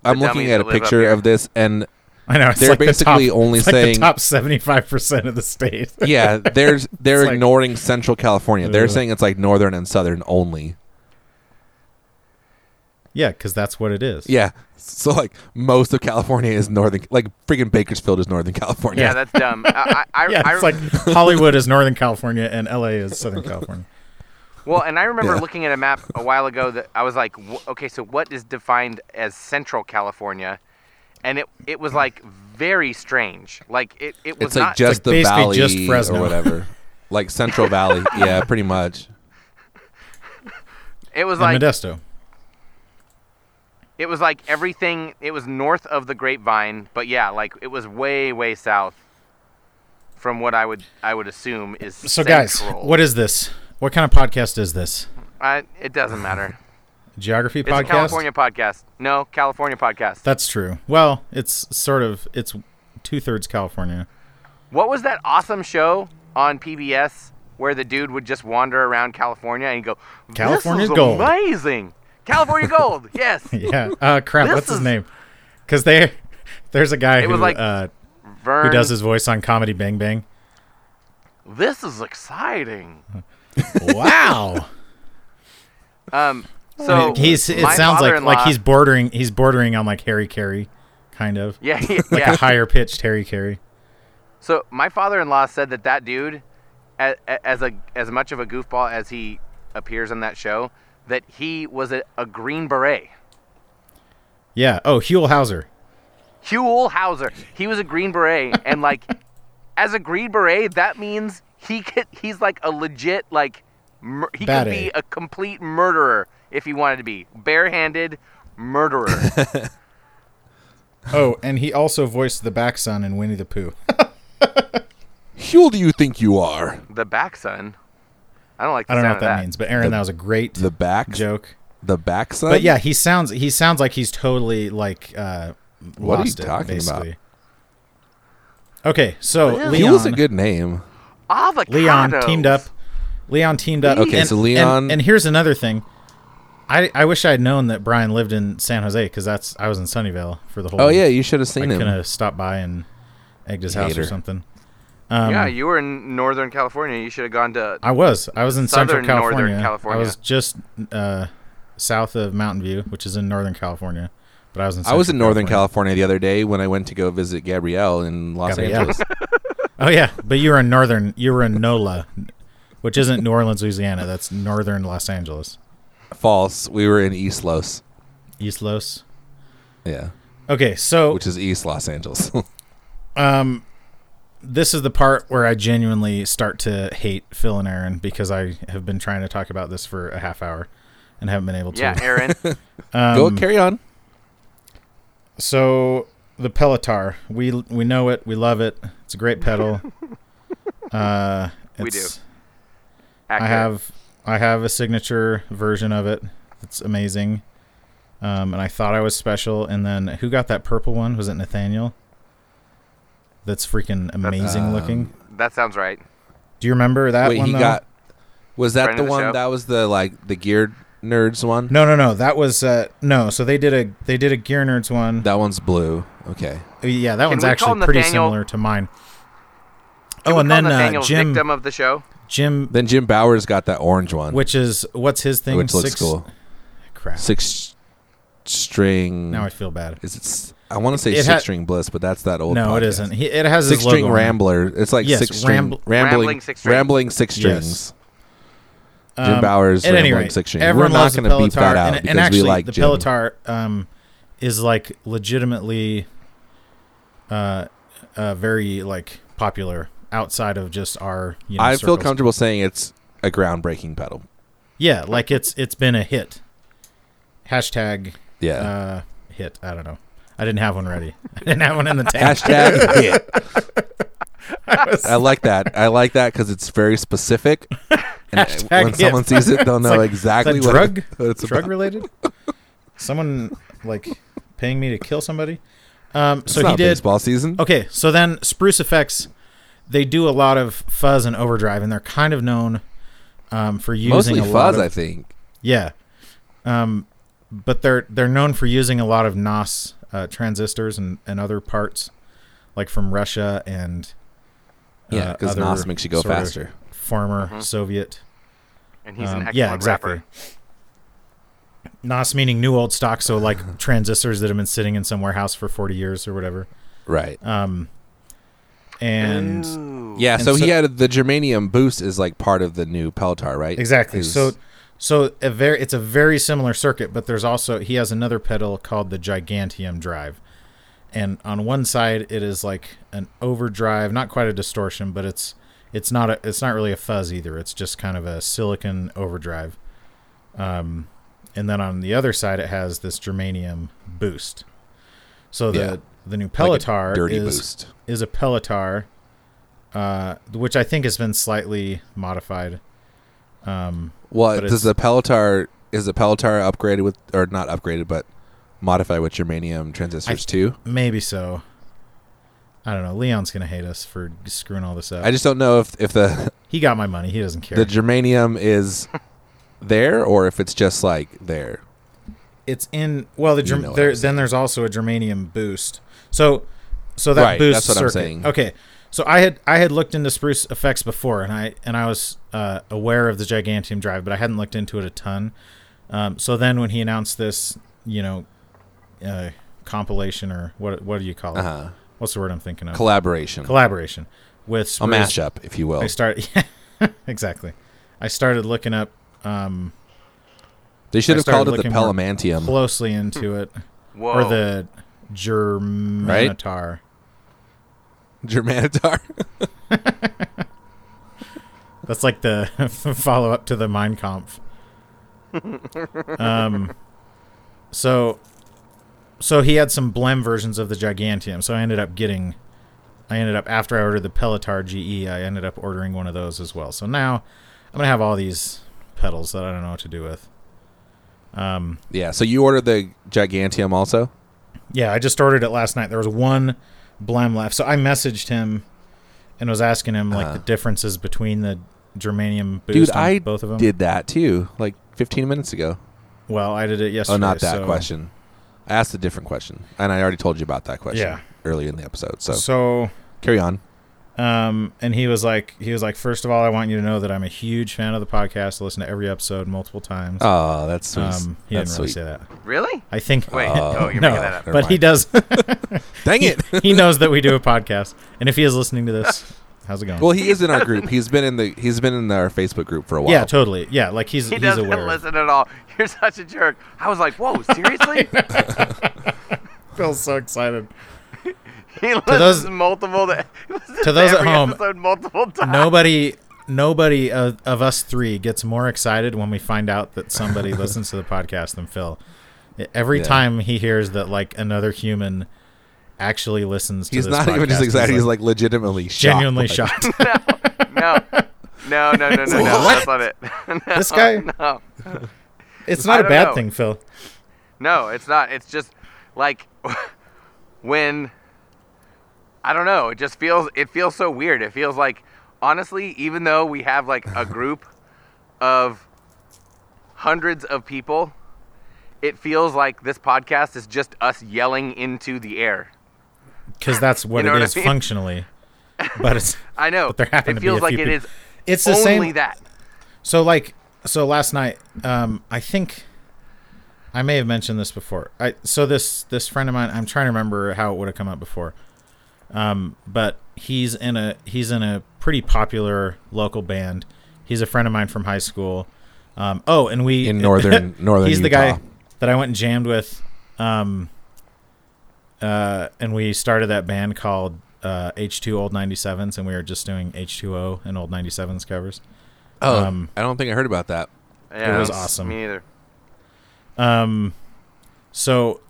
Speaker 1: I'm looking
Speaker 2: dummies
Speaker 1: at a
Speaker 2: that live up
Speaker 1: picture
Speaker 2: here.
Speaker 1: of this, and
Speaker 3: I know. It's
Speaker 1: they're
Speaker 3: like the
Speaker 1: basically
Speaker 3: top-
Speaker 1: only
Speaker 3: it's like the
Speaker 1: saying-
Speaker 3: top seventy five percent of the state.
Speaker 1: yeah, there's they're
Speaker 3: It's like-
Speaker 1: ignoring Central California. They're
Speaker 3: Ugh.
Speaker 1: saying it's like northern and southern only.
Speaker 3: yeah, because that's what it is.
Speaker 1: Yeah, so like most of California is northern. Like freaking Bakersfield is northern California.
Speaker 2: Yeah, that's dumb. I, I, I,
Speaker 3: Yeah,
Speaker 2: I,
Speaker 3: it's like Hollywood is Northern California and LA is Southern California.
Speaker 2: Well, and I remember
Speaker 1: Yeah.
Speaker 2: looking at a map a while ago that I was like, "Wh- okay, so what is defined as Central California? And it it was like very strange. Like it, it
Speaker 1: it's
Speaker 2: was not
Speaker 1: like just the
Speaker 3: basically
Speaker 1: valley
Speaker 3: just Fresno.
Speaker 1: or whatever, like Central Valley. Yeah, pretty much.
Speaker 2: it was
Speaker 3: And
Speaker 2: like
Speaker 3: Modesto.
Speaker 2: it was like everything it was north of the grapevine, but yeah, like it was way, way south from what I would I would assume is
Speaker 3: So guys,
Speaker 2: central.
Speaker 3: what is this? What kind of podcast is this?
Speaker 2: I, it doesn't matter.
Speaker 3: Geography
Speaker 2: It's a
Speaker 3: podcast?
Speaker 2: California podcast. No, California podcast.
Speaker 3: That's true. Well, it's sort of it's two thirds California.
Speaker 2: What was that awesome show on PBS where the dude would just wander around California and go, "This
Speaker 3: California
Speaker 2: is
Speaker 3: Gold."
Speaker 2: amazing, California Gold." Yes,
Speaker 3: Yeah. Uh, crap.
Speaker 2: This
Speaker 3: what's his
Speaker 2: is-
Speaker 3: name? Because they there's a guy who
Speaker 2: was like-
Speaker 3: uh,
Speaker 2: Vern.
Speaker 3: who does his voice on Comedy Bang Bang.
Speaker 2: This is exciting.
Speaker 3: Wow.
Speaker 2: Um, so
Speaker 3: he's it
Speaker 2: my
Speaker 3: sounds like like
Speaker 2: father-in-law-
Speaker 3: he's bordering he's bordering on like Harry Carey, kind of
Speaker 2: yeah yeah.
Speaker 3: a higher pitched Harry Carey.
Speaker 2: so my father-in-law said that that dude, as, as a as much of a goofball as he appears on that show, that he was a, a green beret.
Speaker 3: Yeah. Oh, Huell Hauser.
Speaker 2: Huell Hauser. He was a Green Beret, and like, as a Green Beret, that means he could, he's like a legit like mur- he
Speaker 3: Bad
Speaker 2: could be
Speaker 3: A.
Speaker 2: a complete murderer if he wanted to be barehanded murderer.
Speaker 3: Oh, and he also voiced the back son in Winnie the Pooh.
Speaker 1: Who do you think you are?
Speaker 2: the back son. I don't like. The
Speaker 3: I don't know
Speaker 2: sound
Speaker 3: what
Speaker 2: of
Speaker 3: that means, but Aaron,
Speaker 1: The-
Speaker 3: that was a great
Speaker 1: The back,
Speaker 3: joke.
Speaker 1: the back son.
Speaker 3: But yeah, he sounds he sounds like he's totally like uh
Speaker 1: What are you
Speaker 3: lost it,
Speaker 1: talking about?
Speaker 3: basically. Okay, so
Speaker 2: Oh,
Speaker 3: Leon,
Speaker 1: he was a good name.
Speaker 2: Avocados.
Speaker 3: Leon teamed up. Leon teamed up.
Speaker 1: Okay,
Speaker 3: and-
Speaker 1: so
Speaker 3: and-
Speaker 1: Leon-
Speaker 3: and, here's another thing. I, I wish I had known that Brian lived in San Jose because that's I was in Sunnyvale for the whole.
Speaker 1: Oh yeah, you should have
Speaker 3: I
Speaker 1: seen
Speaker 3: could
Speaker 1: him.
Speaker 3: have stopped by and egged his house or
Speaker 1: Hater.
Speaker 3: something.
Speaker 2: yeah, you were in Northern California. You should have gone to.
Speaker 3: um, I was. I was in
Speaker 2: Southern,
Speaker 3: Central
Speaker 2: northern
Speaker 3: California.
Speaker 2: California.
Speaker 3: I was just uh, south of Mountain View, which is in Northern California. But I was in.
Speaker 1: I was in
Speaker 3: Central
Speaker 1: Northern California the other day when I went to go visit Gabrielle in Los
Speaker 3: Gabrielle.
Speaker 1: Angeles.
Speaker 3: Oh yeah, but you were in northern. You were in NOLA, which isn't New Orleans, Louisiana. That's northern Los Angeles,
Speaker 1: False. We were in East Los.
Speaker 3: East Los.
Speaker 1: Yeah,
Speaker 3: Okay, so
Speaker 1: which is East Los Angeles.
Speaker 3: um, this is the part where I genuinely start to hate Phil and Aaron because I have been trying to talk about this for a half hour and haven't been able to.
Speaker 2: Yeah, Aaron.
Speaker 3: Um,
Speaker 1: Go carry on.
Speaker 3: So the Pelotar, we we know it, we love it. It's a great pedal. uh,
Speaker 2: We
Speaker 3: it's- I
Speaker 2: Accurate.
Speaker 3: have I have a signature version of it. It's amazing. Um, and I thought I was special. And then who got that purple one? Was it Nathaniel? That's freaking amazing looking.
Speaker 2: That sounds right.
Speaker 3: Do you remember that
Speaker 1: Um, Wait,
Speaker 3: one?
Speaker 1: he
Speaker 3: though?
Speaker 1: got. Was that
Speaker 2: Friend
Speaker 1: the
Speaker 2: of the
Speaker 1: one
Speaker 2: show.
Speaker 1: that was the like the geared nerds one?
Speaker 3: no, no, no. That was uh, no. So they did a they did a Gear Nerds one.
Speaker 1: That one's blue. Okay.
Speaker 3: yeah, that
Speaker 2: Can
Speaker 3: one's
Speaker 2: we call
Speaker 3: actually pretty
Speaker 2: Nathaniel-
Speaker 3: similar to mine.
Speaker 2: Can
Speaker 3: oh,
Speaker 2: we
Speaker 3: and
Speaker 2: call
Speaker 3: then uh,
Speaker 2: Nathaniel's
Speaker 3: Jim
Speaker 2: victim of the show.
Speaker 3: Jim,
Speaker 1: Then Jim Bowers got that orange one,
Speaker 3: which is what's his thing?
Speaker 1: which looks
Speaker 3: Six-
Speaker 1: cool.
Speaker 3: Crap.
Speaker 1: Six string.
Speaker 3: Now I feel bad.
Speaker 1: is it? s- I want to say
Speaker 3: It
Speaker 1: six
Speaker 3: had-
Speaker 1: string bliss, but that's that old.
Speaker 3: No,
Speaker 1: podcast.
Speaker 3: it isn't. He, it has
Speaker 1: Six
Speaker 3: his logo
Speaker 1: string
Speaker 3: on it.
Speaker 1: rambler. It's like
Speaker 3: Yes,
Speaker 1: six string
Speaker 3: ramble-
Speaker 1: rambling,
Speaker 2: Rambling six string.
Speaker 1: rambling six
Speaker 3: Yes.
Speaker 1: strings.
Speaker 3: Um,
Speaker 1: Jim Bowers
Speaker 3: at any
Speaker 1: rambling
Speaker 3: rate,
Speaker 1: six strings.
Speaker 3: Everyone
Speaker 1: We're not
Speaker 3: loves the
Speaker 1: going to beep
Speaker 3: Pelotar,
Speaker 1: that out
Speaker 3: and, and
Speaker 1: because
Speaker 3: actually,
Speaker 1: we like
Speaker 3: the
Speaker 1: Jim.
Speaker 3: Pelotar um, is like legitimately uh, uh, very like popular outside of just our. You know,
Speaker 1: I feel
Speaker 3: circles.
Speaker 1: comfortable saying it's a groundbreaking pedal.
Speaker 3: Yeah, like it's it's been a hit. Hashtag
Speaker 1: Yeah.
Speaker 3: uh, hit. I don't know. I didn't have one ready. I didn't have one in the tank.
Speaker 1: Hashtag hit.
Speaker 3: I was-
Speaker 1: I like that. I like that because it's very specific. And
Speaker 3: Hashtag
Speaker 1: when
Speaker 3: hit.
Speaker 1: someone sees it, they'll know
Speaker 3: like,
Speaker 1: exactly
Speaker 3: is
Speaker 1: what,
Speaker 3: that drug
Speaker 1: what it's
Speaker 3: drug
Speaker 1: about.
Speaker 3: related. Someone like paying me to kill somebody. Um,
Speaker 1: It's
Speaker 3: so he
Speaker 1: not
Speaker 3: did.
Speaker 1: baseball season.
Speaker 3: Okay, so then Spruce Effects, they do a lot of fuzz and overdrive, and they're kind of known um, for using
Speaker 1: Mostly
Speaker 3: a lot
Speaker 1: fuzz,
Speaker 3: of
Speaker 1: I think.
Speaker 3: yeah, um, but they're they're known for using a lot of NOS uh, transistors and, and other parts, like from Russia and
Speaker 1: Yeah,
Speaker 3: uh,
Speaker 1: because
Speaker 3: other
Speaker 1: NOS makes you go
Speaker 3: sort of
Speaker 1: faster.
Speaker 3: Former Soviet
Speaker 2: And he's Mm-hmm. an
Speaker 3: um,
Speaker 2: excellent
Speaker 3: yeah, exactly.
Speaker 2: rapper.
Speaker 3: NOS meaning new old stock, so like transistors that have been sitting in some warehouse for forty years or whatever.
Speaker 1: Right.
Speaker 3: Um, and
Speaker 2: Ooh.
Speaker 1: Yeah,
Speaker 3: and
Speaker 1: so,
Speaker 3: so-
Speaker 1: he had the germanium boost is like part of the new Pelotar, right?
Speaker 3: Exactly.
Speaker 1: Is-
Speaker 3: So so a very it's a very similar circuit, but there's also he has another pedal called the Gigantium drive. And on one side it is like an overdrive, not quite a distortion, but it's it's not a it's not really a fuzz either. It's just kind of a silicon overdrive. Um and then on the other side it has this germanium boost. So the
Speaker 1: Yeah.
Speaker 3: the new
Speaker 1: like a
Speaker 3: Pelotar
Speaker 1: dirty
Speaker 3: is
Speaker 1: boost.
Speaker 3: is a Pelotar, uh, which I think has been slightly modified. Um,
Speaker 1: Well,
Speaker 3: but
Speaker 1: does the Pelotar is the Pelotar upgraded with or not upgraded but modified with germanium transistors too?
Speaker 3: maybe so. I don't know. Leon's gonna hate us for screwing all this up.
Speaker 1: I just don't know if if the
Speaker 3: he got my money. He doesn't care.
Speaker 1: the germanium is there or if it's just like there.
Speaker 3: it's in well. The
Speaker 1: You
Speaker 3: germ-
Speaker 1: know what
Speaker 3: there,
Speaker 1: I'm saying.
Speaker 3: then there's also a germanium boost. So so that
Speaker 1: Right,
Speaker 3: boost
Speaker 1: that's what I'm
Speaker 3: circuit.
Speaker 1: saying.
Speaker 3: Okay. So I had I had looked into spruce effects before, and I and I was uh, aware of the Gigantium drive, but I hadn't looked into it a ton. Um, so then when he announced this, you know, uh, compilation or what what do you call it?
Speaker 1: Uh-huh.
Speaker 3: What's the word I'm thinking of?
Speaker 1: Collaboration.
Speaker 3: Collaboration with
Speaker 1: a
Speaker 3: spruce.
Speaker 1: mashup, if you will.
Speaker 3: I started exactly. I started looking up um,
Speaker 1: they should
Speaker 3: I
Speaker 1: have
Speaker 3: started
Speaker 1: called it the
Speaker 3: looking more
Speaker 1: Pelamantium.
Speaker 3: closely into it,
Speaker 2: Whoa.
Speaker 3: or the Germanitar.
Speaker 1: Germanitar.
Speaker 3: That's like the follow up to the Mein Kampf. um, so, so he had some Blem versions of the Gigantium. So I ended up getting, I ended up after I ordered the Pelotar GE, I ended up ordering one of those as well. So now I'm gonna have all these pedals that I don't know what to do with. Um,
Speaker 1: yeah, so you ordered the Gigantium also?
Speaker 3: Yeah, I just ordered it last night. There was one blem left, so I messaged him and was asking him like
Speaker 1: Uh-huh.
Speaker 3: the differences between the germanium boost
Speaker 1: Dude,
Speaker 3: on
Speaker 1: I
Speaker 3: both of them.
Speaker 1: did that too, like 15 minutes ago.
Speaker 3: Well, I did it yesterday.
Speaker 1: Oh, not that
Speaker 3: so-
Speaker 1: question. I asked a different question, and I already told you about that question
Speaker 3: Yeah.
Speaker 1: earlier in the episode. So,
Speaker 3: So,
Speaker 1: carry on.
Speaker 3: um, and he was like, he was like, first of all, I want you to know that I'm a huge fan of the podcast. I listen to every episode multiple times.
Speaker 1: Oh, that's sweet.
Speaker 3: um, he
Speaker 1: that's
Speaker 3: didn't really
Speaker 1: sweet.
Speaker 3: say that.
Speaker 2: really?
Speaker 3: I think.
Speaker 2: Wait.
Speaker 1: Oh,
Speaker 2: oh, you're
Speaker 3: no,
Speaker 2: making that up.
Speaker 1: Never
Speaker 3: but he
Speaker 1: mind.
Speaker 3: does.
Speaker 1: Dang it!
Speaker 3: he knows that we do a podcast, and if he is listening to this, how's it going?
Speaker 1: well, he is in our group. He's been in the he's been in our Facebook group for a while.
Speaker 3: yeah, totally. Yeah, like he's
Speaker 2: He
Speaker 3: he's
Speaker 2: doesn't
Speaker 3: aware. of-
Speaker 2: listen at all. You're such a jerk. I was like, whoa, seriously?
Speaker 3: Phil's so excited.
Speaker 2: He listens
Speaker 3: those-
Speaker 2: multiple to, he listens
Speaker 3: to those at
Speaker 2: every
Speaker 3: home,
Speaker 2: episode multiple times.
Speaker 3: nobody nobody of, of us three gets more excited when we find out that somebody listens to the podcast than phil E, every
Speaker 1: Yeah.
Speaker 3: time he hears that like another human actually listens to
Speaker 1: He's
Speaker 3: this
Speaker 1: not even just
Speaker 3: podcast,
Speaker 1: excited. He's like legitimately shocked.
Speaker 3: genuinely
Speaker 1: Like,
Speaker 3: shocked
Speaker 2: no, no, no, no, no, no. That's not it. No,
Speaker 3: This guy-
Speaker 2: Oh, No,
Speaker 3: it's
Speaker 2: I
Speaker 3: not a
Speaker 2: don't
Speaker 3: bad
Speaker 2: know.
Speaker 3: thing phil
Speaker 2: no, it's not. It's just like when I don't know. It just feels. It feels so weird. It feels like honestly, even though we have like a group of hundreds of people, it feels like this podcast is just us yelling into the air.
Speaker 3: because that's what
Speaker 2: know
Speaker 3: it
Speaker 2: what I
Speaker 3: is
Speaker 2: mean?
Speaker 3: functionally but it's
Speaker 2: I know.
Speaker 3: But there happen
Speaker 2: it
Speaker 3: to be
Speaker 2: feels
Speaker 3: a
Speaker 2: like
Speaker 3: few
Speaker 2: it
Speaker 3: peop-
Speaker 2: is
Speaker 3: it's the
Speaker 2: only
Speaker 3: same
Speaker 2: that.
Speaker 3: So like so last night, um, I think I may have mentioned this before. I so this this friend of mine, I'm trying to remember how it would have come up before. Um, but he's in a he's in a pretty popular local band. He's a friend of mine from high school. Um, oh, and we
Speaker 1: In northern- northern
Speaker 3: he's the
Speaker 1: Utah.
Speaker 3: guy that I went and jammed with. Um, uh, and we started that band called uh, H2 Old 97s, and we were just doing H2O and Old 97s covers.
Speaker 1: Oh,
Speaker 3: Um,
Speaker 1: I don't think I heard about that.
Speaker 2: Yeah,
Speaker 3: was
Speaker 2: it's-
Speaker 3: awesome.
Speaker 2: Me neither.
Speaker 3: So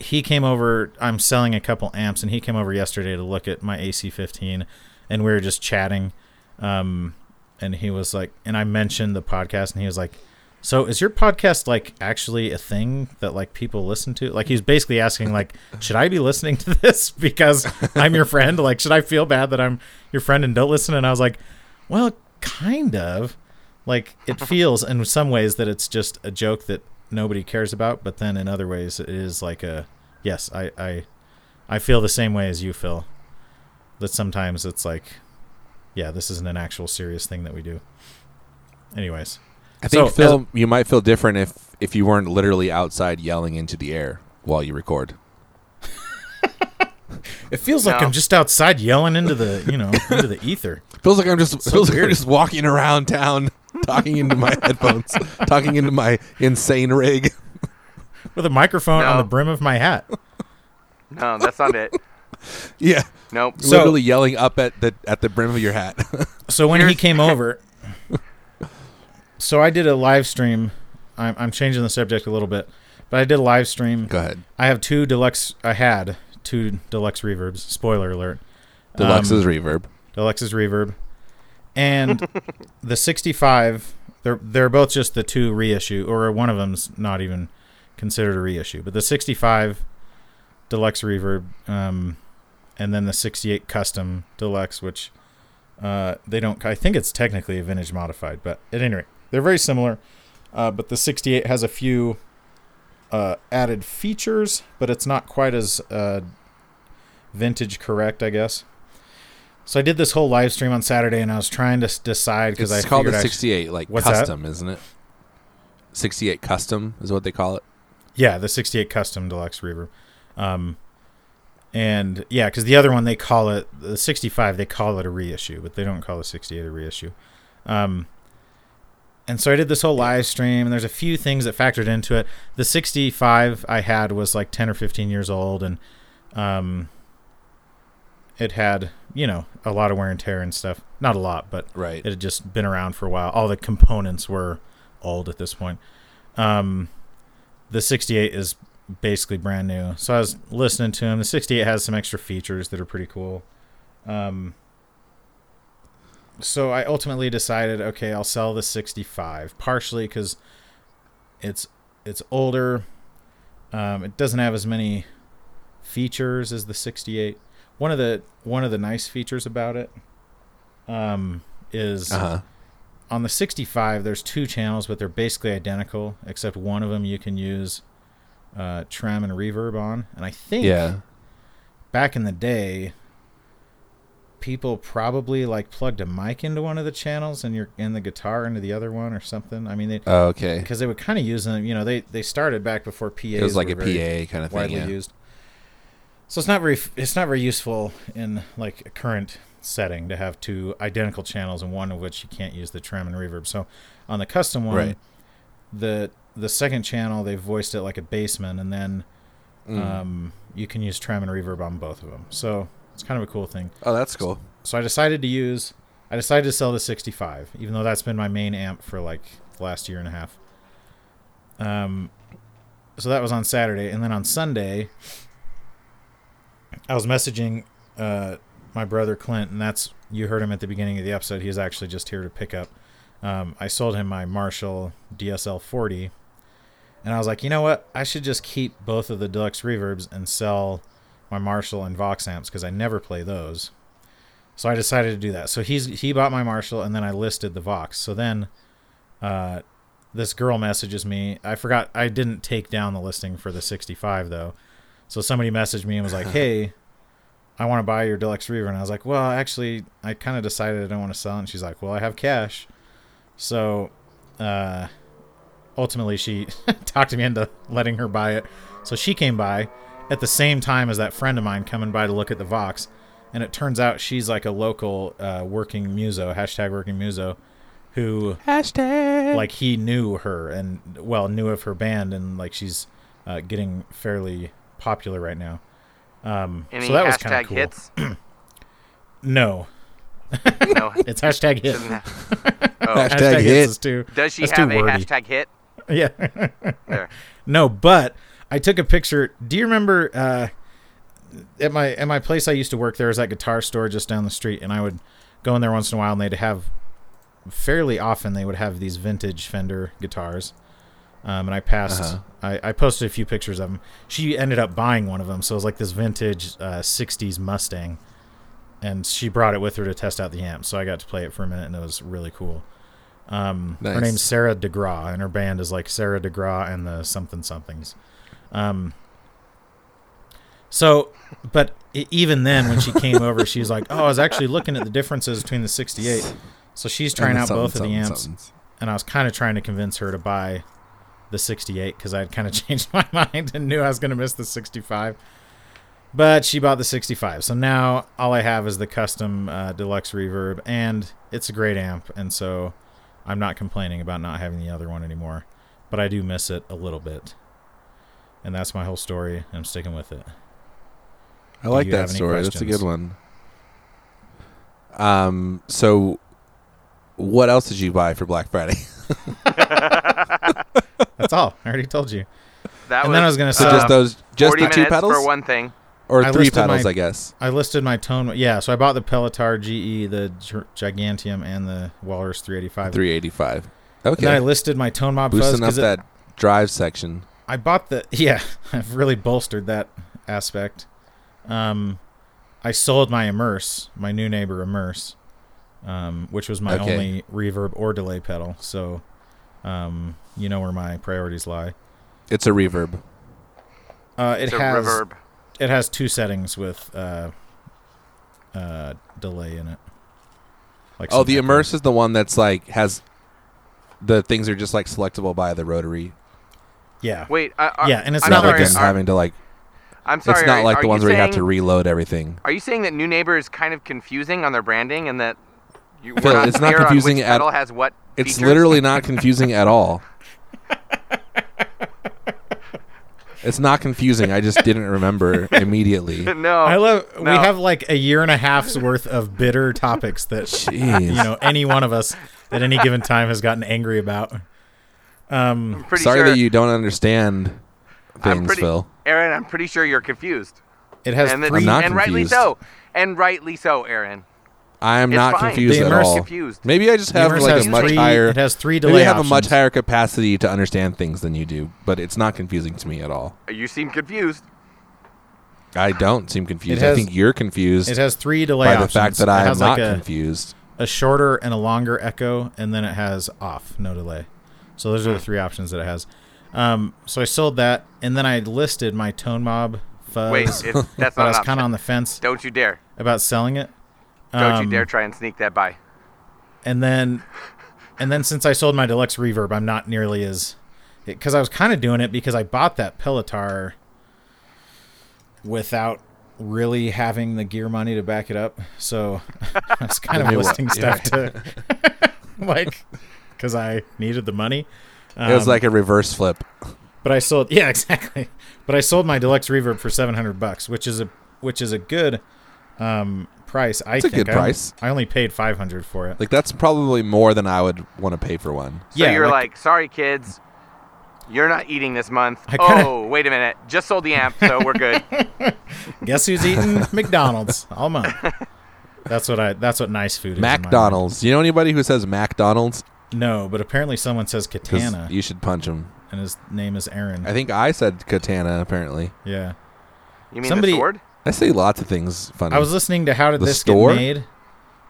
Speaker 3: he came over. I'm selling a couple amps, and he came over yesterday to look at my AC15, and we were just chatting. Um, and he was like, and I mentioned the podcast, and he was like, "So is your podcast like actually a thing that like people listen to?" Like he was basically asking, like, "Should I be listening to this because I'm your friend? Like, should I feel bad that I'm your friend and don't listen?" And I was like, "Well, kind of." like it feels in some ways that it's just a joke that nobody cares about but then in other ways it is like a yes i i i feel the same way as you phil that sometimes it's like yeah this isn't an actual serious thing that we do anyways
Speaker 1: I think
Speaker 3: So,
Speaker 1: Phil, you might feel different if if you weren't literally outside yelling into the air while you record.
Speaker 3: it feels like
Speaker 2: No.
Speaker 3: i'm just outside yelling into the you know into the ether
Speaker 1: Feels like I'm just feels like I'm just walking around town, talking into my headphones, talking into my insane rig.
Speaker 3: with a microphone
Speaker 2: No.
Speaker 3: on the brim of my hat
Speaker 2: No, that's not it.
Speaker 1: Yeah,
Speaker 2: Nope.
Speaker 3: So-
Speaker 1: literally yelling up at the at the brim of your hat.
Speaker 3: So when he
Speaker 2: Here's-
Speaker 3: came over, so I did a live stream. I'm, I'm changing the subject a little bit, but I did a live stream.
Speaker 1: Go ahead.
Speaker 3: I have two deluxe. I had two deluxe reverbs. Spoiler alert.
Speaker 1: Deluxe's
Speaker 3: Um,
Speaker 1: reverb.
Speaker 3: Deluxe's reverb, and the 65. They're they're both just the two reissue, or one of them's not even considered a reissue. But the 65 deluxe reverb, um, and then the 68 custom deluxe, which uh, they don't. I think it's technically a vintage modified, but at any rate, they're very similar. Uh, but the 68 has a few uh, added features, but it's not quite as uh, vintage correct, I guess. So I did this whole live stream on Saturday, and I was trying to s- decide because
Speaker 1: It's
Speaker 3: I
Speaker 1: called
Speaker 3: figured
Speaker 1: the
Speaker 3: I-
Speaker 1: 68 like
Speaker 3: What's that?
Speaker 1: custom, is isn't it? 68 custom is what they call it.
Speaker 3: Yeah, the 68 custom deluxe reverb. Um, and yeah, because the other one they call it the 65, they call it a reissue, but they don't call the 68 a reissue. Um, and so I did this whole live stream, and there's a few things that factored into it. The 65 I had was like 10 or 15 years old, and um, it had you know a lot of wear and tear and stuff. Not a lot, but
Speaker 1: Right.
Speaker 3: it had just been around for a while. All the components were old at this point. Um, the 68 is basically brand new. So I was listening to him. The 68 has some extra features that are pretty cool. Um, so I ultimately decided, okay, I'll sell the 65, partially because it's it's older. Um, it doesn't have as many features as the 68. One of the one of the nice features about it um, is
Speaker 1: Uh-huh.
Speaker 3: on the 65 there's two channels but they're basically identical except one of them you can use uh, trem and reverb on and i think
Speaker 1: Yeah.
Speaker 3: back in the day people probably like plugged a mic into one of the channels and your and the guitar into the other one or something i mean they
Speaker 1: Oh, okay.
Speaker 3: because they would kind of use them you know they they started back before pa
Speaker 1: It was like a PA kind of thing.
Speaker 3: widely
Speaker 1: Yeah.
Speaker 3: used. So it's not very it's not very useful in like a current setting to have two identical channels and one of which you can't use the trem and reverb. So on the custom one,
Speaker 1: Right.
Speaker 3: the the second channel they voiced it like a bassman and then
Speaker 1: Mm.
Speaker 3: Um, you can use trem and reverb on both of them. So it's kind of a cool thing.
Speaker 1: Oh, that's cool.
Speaker 3: So I decided to use, I decided to sell the 65, even though that's been my main amp for like the last year and a half. Um, so that was on Saturday, and then on Sunday, I was messaging uh, my brother Clint, and that's you heard him at the beginning of the episode. He was actually just here to pick up. Um, I sold him my Marshall DSL 40, and I was like, you know what? I should just keep both of the deluxe reverbs and sell my Marshall and Vox amps because I never play those. So I decided to do that. So he's he bought my Marshall, and then I listed the Vox. So then, uh, this girl messages me. I forgot I didn't take down the listing for the 65 though. So somebody messaged me and was like, "Hey, I want to buy your deluxe reaver," and I was like, "Well, actually, I kind of decided I don't want to sell." It. And she's like, "Well, I have cash," so uh, ultimately she talked me into letting her buy it. So she came by at the same time as that friend of mine coming by to look at the Vox, and it turns out she's like a local uh, working muso hashtag working muso who
Speaker 1: Hashtag.
Speaker 3: like he knew her and well knew of her band and like she's uh, getting fairly popular right now. Um,
Speaker 2: Any
Speaker 3: so that was kind
Speaker 2: hashtag
Speaker 3: of cool.
Speaker 2: hits?
Speaker 3: No,
Speaker 2: No.
Speaker 3: it's hashtag hit.
Speaker 2: doesn't
Speaker 3: hashtag,
Speaker 2: have-
Speaker 1: Hashtag
Speaker 3: hits
Speaker 1: hit.
Speaker 3: is too.
Speaker 2: Oh, Does she
Speaker 3: that's
Speaker 2: have
Speaker 3: too
Speaker 2: a
Speaker 3: wordy.
Speaker 2: hashtag hit?
Speaker 3: Yeah.
Speaker 2: There.
Speaker 3: No, but I took a picture. Do you remember uh, at my at my place I used to work? There was that guitar store just down the street, and I would go in there once in a while, and they'd have fairly often they would have these vintage Fender guitars. Um, and I passed.
Speaker 1: Uh-huh.
Speaker 3: I, I posted a few pictures of them. She ended up buying one of them, so it was like this vintage uh, '60s Mustang, and she brought it with her to test out the amp. So I got to play it for a minute, and it was really cool. Um, Her
Speaker 1: Nice.
Speaker 3: name's Sarah DeGraw, and her band is like Sarah DeGraw and the something somethings. Um, so, but e- even then, when she came over, she was like, "Oh, I was actually looking at the differences between the '68." So she's trying
Speaker 1: And
Speaker 3: out both of
Speaker 1: something,
Speaker 3: the amps,
Speaker 1: something, something.
Speaker 3: and I was kind of trying to convince her to buy the 68 because I had kind of changed my mind and knew I was going to miss the 65. But she bought the 65, so now all I have is the custom uh, deluxe reverb, and it's a great amp, and so I'm not complaining about not having the other one anymore. But I do miss it a little bit, and that's my whole story. And I'm sticking with it.
Speaker 1: I like
Speaker 3: you have
Speaker 1: that
Speaker 3: any
Speaker 1: story. That's a
Speaker 3: questions?
Speaker 1: good one. Um. So, what else did you buy for Black Friday?
Speaker 3: That's all. I already told you.
Speaker 2: That
Speaker 3: And
Speaker 2: was,
Speaker 3: then I was gonna say-
Speaker 1: So just
Speaker 2: uh,
Speaker 1: those, just the
Speaker 2: 40
Speaker 1: two
Speaker 2: minutes for
Speaker 1: pedals,
Speaker 2: one thing.
Speaker 1: or
Speaker 3: I
Speaker 1: three
Speaker 3: listed
Speaker 1: pedals,
Speaker 3: my-
Speaker 1: I guess.
Speaker 3: I listed my tone. Yeah, so I bought the Pelotar GE, the Gi- Gigantium, and the Walrus 385.
Speaker 1: Three eighty-five.
Speaker 3: And then I
Speaker 1: Okay,
Speaker 3: listed my tone mob fuzz
Speaker 1: boosting up
Speaker 3: because
Speaker 1: that drive section.
Speaker 3: I bought the yeah. I've really bolstered that aspect. Um, I sold my immerse, my new neighbor immerse, um, which was my
Speaker 1: Okay.
Speaker 3: only reverb or delay pedal. So, um, you know where my priorities lie.
Speaker 1: It's a reverb.
Speaker 3: Uh, it
Speaker 2: It's a
Speaker 3: has
Speaker 2: reverb.
Speaker 3: it has two settings with uh, uh, delay in it. Like
Speaker 1: Oh,
Speaker 3: some
Speaker 1: the
Speaker 3: type of-
Speaker 1: immerse is the one that's like has the things are just like selectable by the rotary.
Speaker 3: Yeah,
Speaker 2: Wait, I, I,
Speaker 3: Yeah, and it's
Speaker 2: I'm
Speaker 1: not
Speaker 3: not
Speaker 2: sorry,
Speaker 1: like
Speaker 3: a-
Speaker 1: them
Speaker 2: are-
Speaker 1: having to like.
Speaker 2: I'm sorry.
Speaker 1: it's not
Speaker 2: are-
Speaker 1: like
Speaker 2: are
Speaker 1: the
Speaker 2: you
Speaker 1: ones where you have
Speaker 2: saying-
Speaker 1: to reload everything.
Speaker 2: Are you saying that New Neighbor is kind of confusing on their branding and that you,
Speaker 1: Phil,
Speaker 2: we're not
Speaker 1: it's not
Speaker 2: clear on
Speaker 1: confusing
Speaker 2: which
Speaker 1: at-
Speaker 2: pedal has what?
Speaker 1: It's
Speaker 2: features?
Speaker 1: literally not confusing at all. It's not confusing. I just didn't remember immediately.
Speaker 2: no.
Speaker 3: I love. We
Speaker 2: No.
Speaker 3: have like a year and a half's worth of bitter topics that you
Speaker 1: Jeez.
Speaker 3: know any one of us at any given time has gotten angry about.
Speaker 2: I'm pretty
Speaker 1: Sorry
Speaker 2: sure,
Speaker 1: that you don't understand
Speaker 2: I'm
Speaker 1: things,
Speaker 2: pretty,
Speaker 1: Phil.
Speaker 2: Aaron, I'm pretty sure you're confused.
Speaker 3: It has
Speaker 2: And, that-
Speaker 3: three.
Speaker 1: I'm not
Speaker 2: and rightly
Speaker 1: confused.
Speaker 2: so. And rightly so, Aaron.
Speaker 1: I am
Speaker 2: It's
Speaker 1: not
Speaker 2: fine.
Speaker 1: confused
Speaker 3: The
Speaker 1: at
Speaker 3: immerse-
Speaker 1: all.
Speaker 2: confused.
Speaker 1: Maybe I just
Speaker 3: the
Speaker 1: have
Speaker 3: Immerse
Speaker 1: like
Speaker 3: has
Speaker 1: a much
Speaker 3: three-
Speaker 1: higher.
Speaker 3: It has three delay
Speaker 1: maybe I have a
Speaker 3: options.
Speaker 1: much higher capacity to understand things than you do, but it's not confusing to me at all.
Speaker 2: You seem confused.
Speaker 1: I don't seem confused.
Speaker 3: has-
Speaker 1: I think you're confused
Speaker 3: It has three delay
Speaker 1: by the
Speaker 3: options.
Speaker 1: fact that
Speaker 3: It
Speaker 1: I am
Speaker 3: has
Speaker 1: not
Speaker 3: like a,
Speaker 1: confused.
Speaker 3: a shorter and a longer echo, and then it has off, no delay. So those are the three options that it has. Um, so I sold that, and then I listed my tone mob fuzz.
Speaker 2: Wait, it, that's
Speaker 3: but Uh, I
Speaker 2: not
Speaker 3: was
Speaker 2: an
Speaker 3: kind of
Speaker 2: option.
Speaker 3: on the fence
Speaker 2: Don't you dare.
Speaker 3: about selling it.
Speaker 2: Don't you
Speaker 3: Um,
Speaker 2: dare try and sneak that by.
Speaker 3: and then and then since I sold my deluxe reverb, I'm not nearly as because I was kind of doing it because I bought that Pelotar without really having the gear money to back it up. So I was kind of
Speaker 1: new one,
Speaker 3: listing
Speaker 1: yeah.
Speaker 3: stuff to like because I needed the money.
Speaker 1: it was
Speaker 3: Um,
Speaker 1: like a reverse flip.
Speaker 3: But I sold yeah, exactly. But I sold my deluxe reverb for seven hundred bucks, which is a which is a good um, price. I
Speaker 1: It's a
Speaker 3: think
Speaker 1: good
Speaker 3: I only-
Speaker 1: price.
Speaker 3: I only paid five hundred for it.
Speaker 1: Like that's probably more than I would want to pay for one.
Speaker 2: So
Speaker 3: Yeah,
Speaker 2: you're
Speaker 3: like-
Speaker 2: like, sorry, kids, you're not eating this month.
Speaker 3: I kinda-
Speaker 2: oh, wait a minute. Just sold the amp, so we're good.
Speaker 3: Guess who's eating McDonald's all month? That's what I. That's what nice food is. in my mind.
Speaker 1: McDonald's. You know anybody who says McDonald's?
Speaker 3: No, but apparently someone says
Speaker 1: 'Cause
Speaker 3: Katana,
Speaker 1: You should punch him.
Speaker 3: and his name is Aaron.
Speaker 1: I think I said katana. Apparently,
Speaker 3: yeah.
Speaker 2: You mean
Speaker 3: Somebody-
Speaker 2: the sword?
Speaker 1: I say lots of things funny.
Speaker 3: I was listening to How Did
Speaker 1: The
Speaker 3: This
Speaker 1: store?
Speaker 3: Get Made,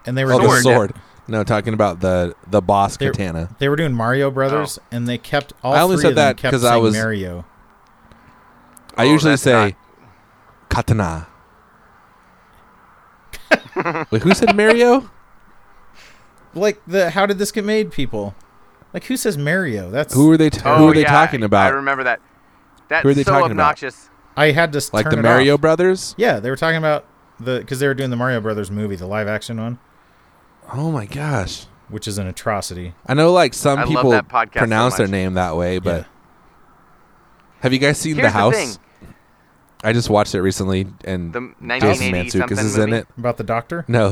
Speaker 3: and they were
Speaker 1: oh,
Speaker 3: doing,
Speaker 1: the sword. No, talking about the the boss
Speaker 3: They're-
Speaker 1: katana.
Speaker 3: they were doing Mario Brothers, and they kept all
Speaker 1: I only
Speaker 3: three
Speaker 1: said
Speaker 3: of them
Speaker 1: that
Speaker 3: kept
Speaker 1: 'cause I
Speaker 3: saying
Speaker 1: was-
Speaker 3: Mario.
Speaker 1: I
Speaker 2: Oh,
Speaker 1: usually
Speaker 2: that's
Speaker 1: say katana. Wait, who said Mario?
Speaker 3: Like the How Did This Get Made people. Like who says Mario? That's
Speaker 1: Who are they? T- who
Speaker 2: Oh,
Speaker 1: are they
Speaker 2: yeah,
Speaker 1: talking
Speaker 2: I
Speaker 1: about?
Speaker 2: remember that. That's
Speaker 1: Who are they
Speaker 2: so
Speaker 1: talking about?
Speaker 2: obnoxious.
Speaker 3: I had to s-
Speaker 1: Like
Speaker 3: turn
Speaker 1: the
Speaker 3: it
Speaker 1: Mario
Speaker 3: off.
Speaker 1: Brothers?
Speaker 3: Yeah, they were talking about the because they were doing the Mario Brothers movie, the live action one,
Speaker 1: Oh my gosh!
Speaker 3: which is an atrocity.
Speaker 1: I know like some
Speaker 2: I love
Speaker 1: people
Speaker 2: that podcast so
Speaker 1: pronounce their
Speaker 2: much.
Speaker 1: name that way, but
Speaker 3: Yeah.
Speaker 1: have you guys seen
Speaker 2: Here's
Speaker 1: the house?
Speaker 2: thing.
Speaker 1: I just watched it recently, and
Speaker 2: The
Speaker 1: Jason
Speaker 2: 1980 something
Speaker 1: Mantzoukas is in
Speaker 2: movie.
Speaker 1: it.
Speaker 3: About the doctor.
Speaker 1: No,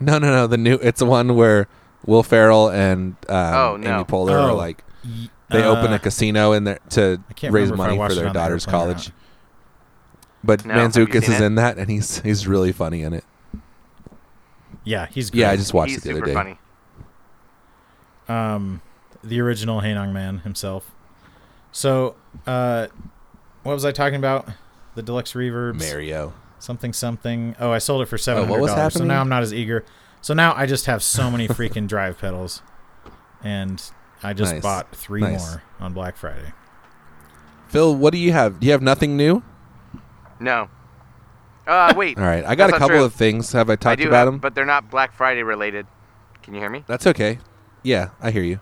Speaker 1: no, no, no. The new it's the one where Will Ferrell and um,
Speaker 2: Oh, no.
Speaker 1: Amy Poehler are
Speaker 3: Oh. uh,
Speaker 1: like they open a casino in there to
Speaker 3: I can't
Speaker 1: raise
Speaker 3: remember if I
Speaker 1: money for
Speaker 3: watched it
Speaker 1: their
Speaker 3: on the
Speaker 1: daughter's
Speaker 3: airplane or
Speaker 1: college.
Speaker 3: not.
Speaker 1: But
Speaker 2: No, have you
Speaker 1: Manzoukas
Speaker 2: seen
Speaker 1: is
Speaker 2: it?
Speaker 1: in that, and he's he's really funny in it.
Speaker 3: Yeah, he's great.
Speaker 1: Yeah, I just watched
Speaker 2: He's
Speaker 1: it the other
Speaker 2: super
Speaker 1: day.
Speaker 2: funny.
Speaker 3: um, the original Hanong Man himself. So, uh, what was I talking about? The deluxe reverbs,
Speaker 1: Mario.
Speaker 3: something something. Oh, I sold it for seven
Speaker 1: what
Speaker 3: hundred
Speaker 1: was
Speaker 3: dollars. so
Speaker 1: happening?
Speaker 3: now I'm not as eager. So now I just have so many freaking drive pedals, and I just
Speaker 1: Nice.
Speaker 3: bought three
Speaker 1: Nice.
Speaker 3: more on Black Friday.
Speaker 1: Phil, what do you have? Do you have nothing new?
Speaker 2: No. Uh, wait.
Speaker 1: All right, I got
Speaker 2: That's
Speaker 1: a
Speaker 2: not
Speaker 1: couple
Speaker 2: true.
Speaker 1: of things. Have I
Speaker 2: I
Speaker 1: talked
Speaker 2: do
Speaker 1: about
Speaker 2: have,
Speaker 1: them?
Speaker 2: but they're not Black Friday related. Can you hear me?
Speaker 1: That's okay. Yeah, I hear you.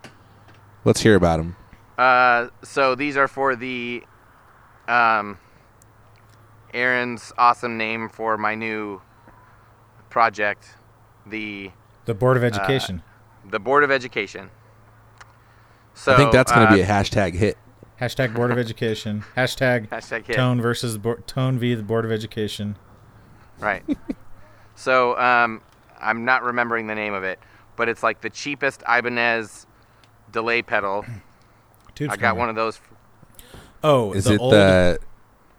Speaker 1: Let's hear about them.
Speaker 2: Uh, so these are for the, um, Aaron's awesome name for my new project, the
Speaker 3: The Board
Speaker 2: Uh,
Speaker 3: of Education
Speaker 2: the Board of Education. So
Speaker 1: I think that's going to
Speaker 2: uh,
Speaker 1: be a hashtag hit.
Speaker 3: hashtag Board of Education hashtag,
Speaker 2: hashtag hit.
Speaker 3: Tone versus bo- Tone v the Board of Education.
Speaker 2: uh, Right. so um, I'm not remembering the name of it, but it's like the cheapest Ibanez delay pedal.
Speaker 3: Tubes
Speaker 2: I got one of those.
Speaker 3: Oh,
Speaker 1: Is
Speaker 3: the
Speaker 1: it
Speaker 3: old,
Speaker 1: the?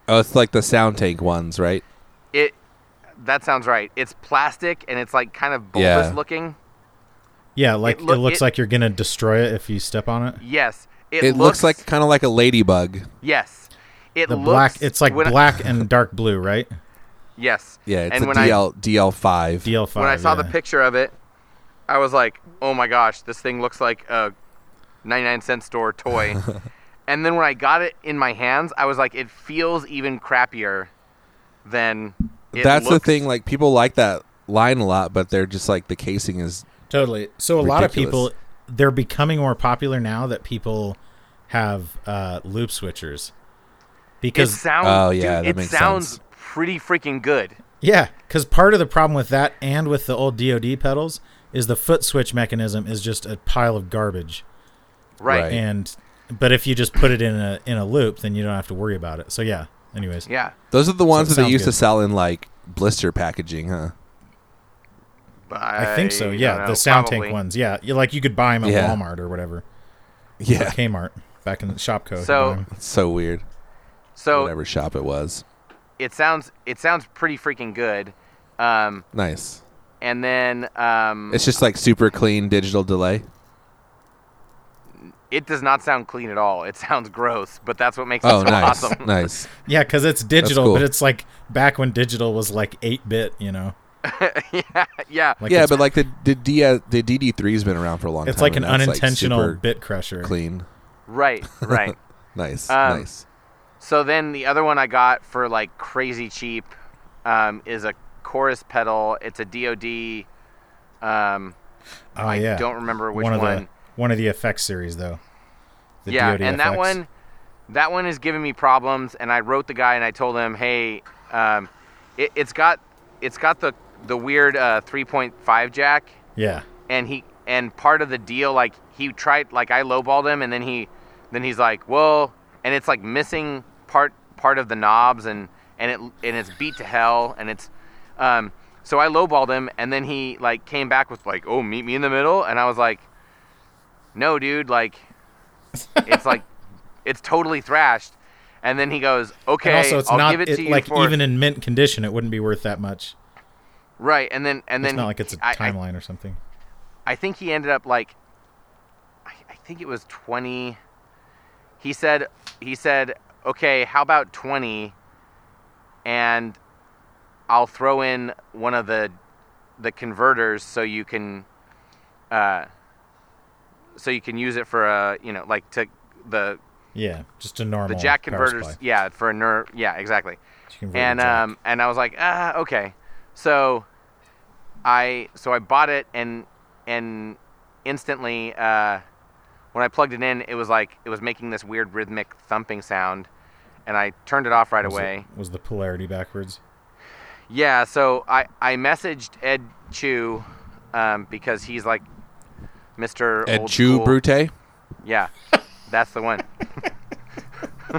Speaker 1: Oh, it's like the sound tank ones, right?
Speaker 2: It. That sounds right. It's plastic and it's like kind of bulbous
Speaker 1: Yeah.
Speaker 2: looking.
Speaker 3: yeah? Like
Speaker 2: it look-
Speaker 3: it
Speaker 2: it-
Speaker 3: looks like you're gonna destroy it if you step on it.
Speaker 2: Yes. It,
Speaker 1: It, looks, like kind of like a ladybug.
Speaker 2: Yes. It
Speaker 3: the
Speaker 2: looks
Speaker 3: black it's like
Speaker 2: when I-
Speaker 3: black and dark blue right
Speaker 2: yes.
Speaker 1: Yeah, it's
Speaker 2: and
Speaker 1: a
Speaker 2: when I
Speaker 1: DL DL five.
Speaker 3: dl5
Speaker 2: when I saw the
Speaker 3: yeah.
Speaker 2: picture of it, I was like, "Oh my gosh, this thing looks like a 99 cent store toy." and then when I got it in my hands, I was like, "It feels even crappier than." It
Speaker 1: That's
Speaker 2: looks.
Speaker 1: the thing. Like people like that line a lot, but they're just like the casing is.
Speaker 3: totally so a lot of
Speaker 1: Ridiculous.
Speaker 3: people they're becoming more popular now that people have uh, loop switchers
Speaker 2: It
Speaker 3: because
Speaker 2: sounds.
Speaker 1: Oh, yeah,
Speaker 2: dude,
Speaker 1: that
Speaker 2: it
Speaker 1: makes
Speaker 2: sounds
Speaker 1: sense.
Speaker 2: pretty freaking good.
Speaker 3: yeah because part of the problem with that and with the old dod pedals is the foot switch mechanism is just a pile of garbage
Speaker 2: Right.
Speaker 1: Right.
Speaker 3: and but if you just put it in a in a loop then you don't have to worry about it so yeah anyways
Speaker 2: Yeah.
Speaker 1: Those are the ones
Speaker 3: it
Speaker 1: that they
Speaker 3: sounds
Speaker 1: used to
Speaker 3: good.
Speaker 1: sell in like blister packaging, huh?
Speaker 2: But
Speaker 3: I think so.
Speaker 2: don't
Speaker 3: Yeah,
Speaker 2: know,
Speaker 3: the sound
Speaker 2: probably.
Speaker 3: tank ones. Yeah, you, like you could buy them at
Speaker 1: Yeah.
Speaker 3: Walmart or whatever, or
Speaker 1: Yeah,
Speaker 3: Kmart back in the shop code.
Speaker 2: So-
Speaker 1: it's so weird.
Speaker 2: So
Speaker 1: Whatever shop it was,
Speaker 2: it sounds. It sounds pretty freaking good. Um,
Speaker 1: nice.
Speaker 2: and then um,
Speaker 1: It's just like super clean digital delay.
Speaker 2: it does not sound clean at all. It sounds gross, but that's what makes it
Speaker 1: Oh,
Speaker 2: so
Speaker 1: nice,
Speaker 2: awesome.
Speaker 1: nice.
Speaker 3: Yeah, because it's digital,
Speaker 1: cool.
Speaker 3: but it's like back when digital was like eight bit. You know,
Speaker 2: yeah, yeah.
Speaker 3: like
Speaker 1: yeah,
Speaker 3: it's,
Speaker 1: but like the the, D, uh, the DD three's been around for a long
Speaker 3: it's
Speaker 1: time.
Speaker 3: like an
Speaker 1: and that's,
Speaker 3: unintentional
Speaker 1: super
Speaker 3: bit crusher.
Speaker 1: clean.
Speaker 2: Right, right.
Speaker 1: Nice,
Speaker 2: Um,
Speaker 1: nice.
Speaker 2: so then the other one I got for like crazy cheap um, is a chorus pedal. It's a DoD. Um,
Speaker 3: Oh
Speaker 2: I
Speaker 3: yeah,
Speaker 2: don't remember which
Speaker 3: one
Speaker 2: one.
Speaker 3: of the one of the effects series though. The
Speaker 2: yeah,
Speaker 3: DoD
Speaker 2: and that
Speaker 3: effects.
Speaker 2: one, that one is giving me problems. And I wrote the guy and I told him, hey, um, it, it's got, it's got the the weird uh, 3.5 jack
Speaker 3: Yeah,
Speaker 2: and he and part of the deal like he tried like I lowballed him and then he then he's like, "Well, and it's like missing part part of the knobs and and it and it's beat to hell and it's um so I lowballed him and then he like came back with like oh meet me in the middle and I was like no dude like it's like it's totally thrashed and then he goes okay
Speaker 3: and also, it's
Speaker 2: I'll
Speaker 3: not
Speaker 2: give it, to you
Speaker 3: like
Speaker 2: for
Speaker 3: even in mint condition, it wouldn't be worth that much.
Speaker 2: right and then and then
Speaker 3: it's not like it's a
Speaker 2: I- I,
Speaker 3: timeline or something.
Speaker 2: I think he ended up like, I, I think it was 20. He said, he said, okay, how about 20? And I'll throw in one of the, the converters so you can, uh, so you can use it for a, you know, like to the
Speaker 3: Yeah, just a normal
Speaker 2: the jack
Speaker 3: power
Speaker 2: converters.
Speaker 3: supply.
Speaker 2: Yeah, for a nerve. Yeah, exactly
Speaker 3: Just convert the
Speaker 2: and
Speaker 3: jack.
Speaker 2: um and I was like, ah, okay. So I so I bought it and and instantly uh, when I plugged it in, it was like it was making this weird rhythmic thumping sound, and I turned it off right
Speaker 3: was, it-
Speaker 2: away.
Speaker 3: was the polarity backwards?
Speaker 2: Yeah, so I I messaged Ed Chu um, because he's like Mr.
Speaker 1: Ed
Speaker 2: old
Speaker 1: Chu
Speaker 2: school.
Speaker 1: Brute.
Speaker 2: Yeah, that's the one.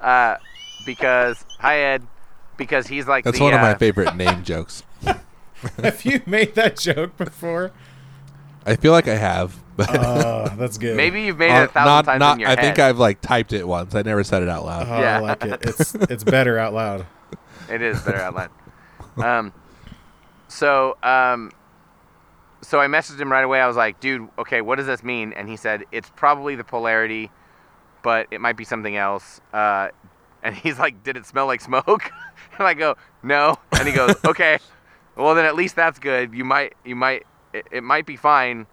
Speaker 2: uh, because hi Ed, because he's like
Speaker 1: That's
Speaker 2: the,
Speaker 1: one of my
Speaker 2: uh,
Speaker 1: favorite name jokes.
Speaker 3: Have you made that joke before?
Speaker 1: I feel like I have, but
Speaker 3: Oh, that's good.
Speaker 2: Maybe you've made it
Speaker 1: Uh,
Speaker 2: a thousand
Speaker 1: not
Speaker 2: times
Speaker 1: not.
Speaker 2: in your
Speaker 1: I
Speaker 2: head.
Speaker 1: think I've like typed it once. I never said it out loud.
Speaker 3: Oh, I
Speaker 2: Yeah.
Speaker 3: like it. It's it's better out loud.
Speaker 2: It is better outline. Um, so um, so I messaged him right away. I was like, dude, okay, what does this mean? And he said, it's probably the polarity, but it might be something else. Uh, and he's like, did it smell like smoke? and I go, no. And he goes, okay, well then at least that's good. You might you might it, it might be fine.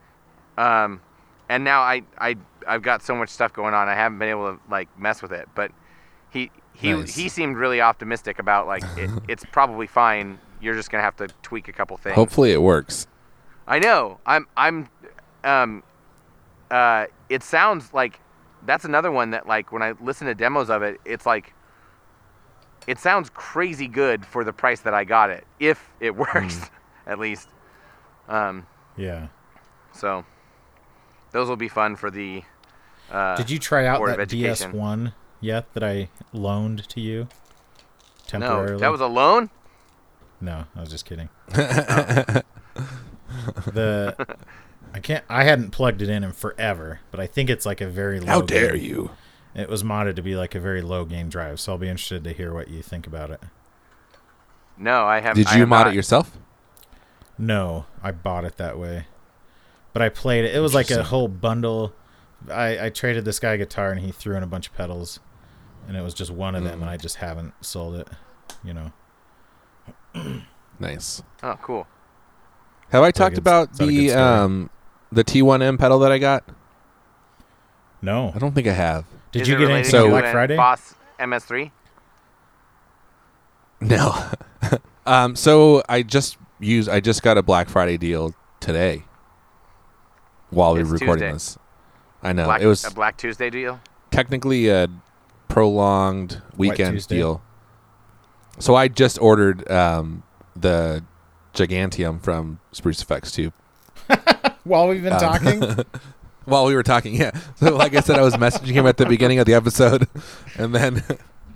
Speaker 2: Um, and now I I I've got so much stuff going on. I haven't been able to like mess with it, but he. He,
Speaker 1: Nice.
Speaker 2: he seemed really optimistic about like it, it's probably fine. You're just gonna have to tweak a couple things.
Speaker 1: Hopefully, it works.
Speaker 2: I know. I'm. I'm. Um. Uh. It sounds like that's another one that like when I listen to demos of it, it's like it sounds crazy good for the price that I got it. If it works,
Speaker 1: Hmm.
Speaker 2: at least. Um.
Speaker 3: Yeah.
Speaker 2: So those will be fun for the. Uh,
Speaker 3: Did you try out
Speaker 2: Board of
Speaker 3: that
Speaker 2: Education.
Speaker 3: DS1 yet that I loaned to you temporarily?
Speaker 2: no, that was a loan.
Speaker 3: No, I was just kidding.
Speaker 2: Oh.
Speaker 3: the I can't. I hadn't plugged it in in forever, but I think it's like a very low.
Speaker 1: How dare
Speaker 3: gain-
Speaker 1: you?
Speaker 3: It was modded to be like a very low game drive, so I'll be interested to hear what you think about it.
Speaker 2: No, I have.
Speaker 1: Did
Speaker 2: I
Speaker 1: you
Speaker 2: have
Speaker 1: mod
Speaker 2: not.
Speaker 1: it yourself?
Speaker 3: No, I bought it that way. But I played it. It was like a
Speaker 1: Interesting.
Speaker 3: whole bundle. I, I traded this guy a guitar and he threw in a bunch of pedals. And it was just one of them, and I just haven't sold it. You know,
Speaker 1: Nice.
Speaker 2: Oh, cool.
Speaker 1: Have I
Speaker 3: that a
Speaker 1: talked
Speaker 3: good-
Speaker 1: about
Speaker 3: is that a good
Speaker 1: the
Speaker 3: story?
Speaker 1: um the T1M pedal that I got?
Speaker 3: no.
Speaker 1: I don't think I have.
Speaker 3: Did
Speaker 2: Is
Speaker 3: you
Speaker 2: it
Speaker 3: get
Speaker 2: related
Speaker 3: anything
Speaker 1: So-
Speaker 2: to
Speaker 3: Black
Speaker 2: an
Speaker 3: Friday?
Speaker 2: Boss MS3.
Speaker 1: No. um. So I just used. I just got a Black Friday deal today. While we
Speaker 2: It's
Speaker 1: were recording
Speaker 2: Tuesday.
Speaker 1: this, I know
Speaker 2: Black,
Speaker 1: Uh, it was
Speaker 2: a Black Tuesday deal.
Speaker 1: technically a prolonged weekend
Speaker 3: Tuesday.
Speaker 1: deal. So I just ordered um, the Gigantium from Spruce Effects too.
Speaker 3: While we've
Speaker 1: Uh,
Speaker 3: been talking,
Speaker 1: While we were talking, yeah. So like I said, I was messaging him at the beginning of the episode, and then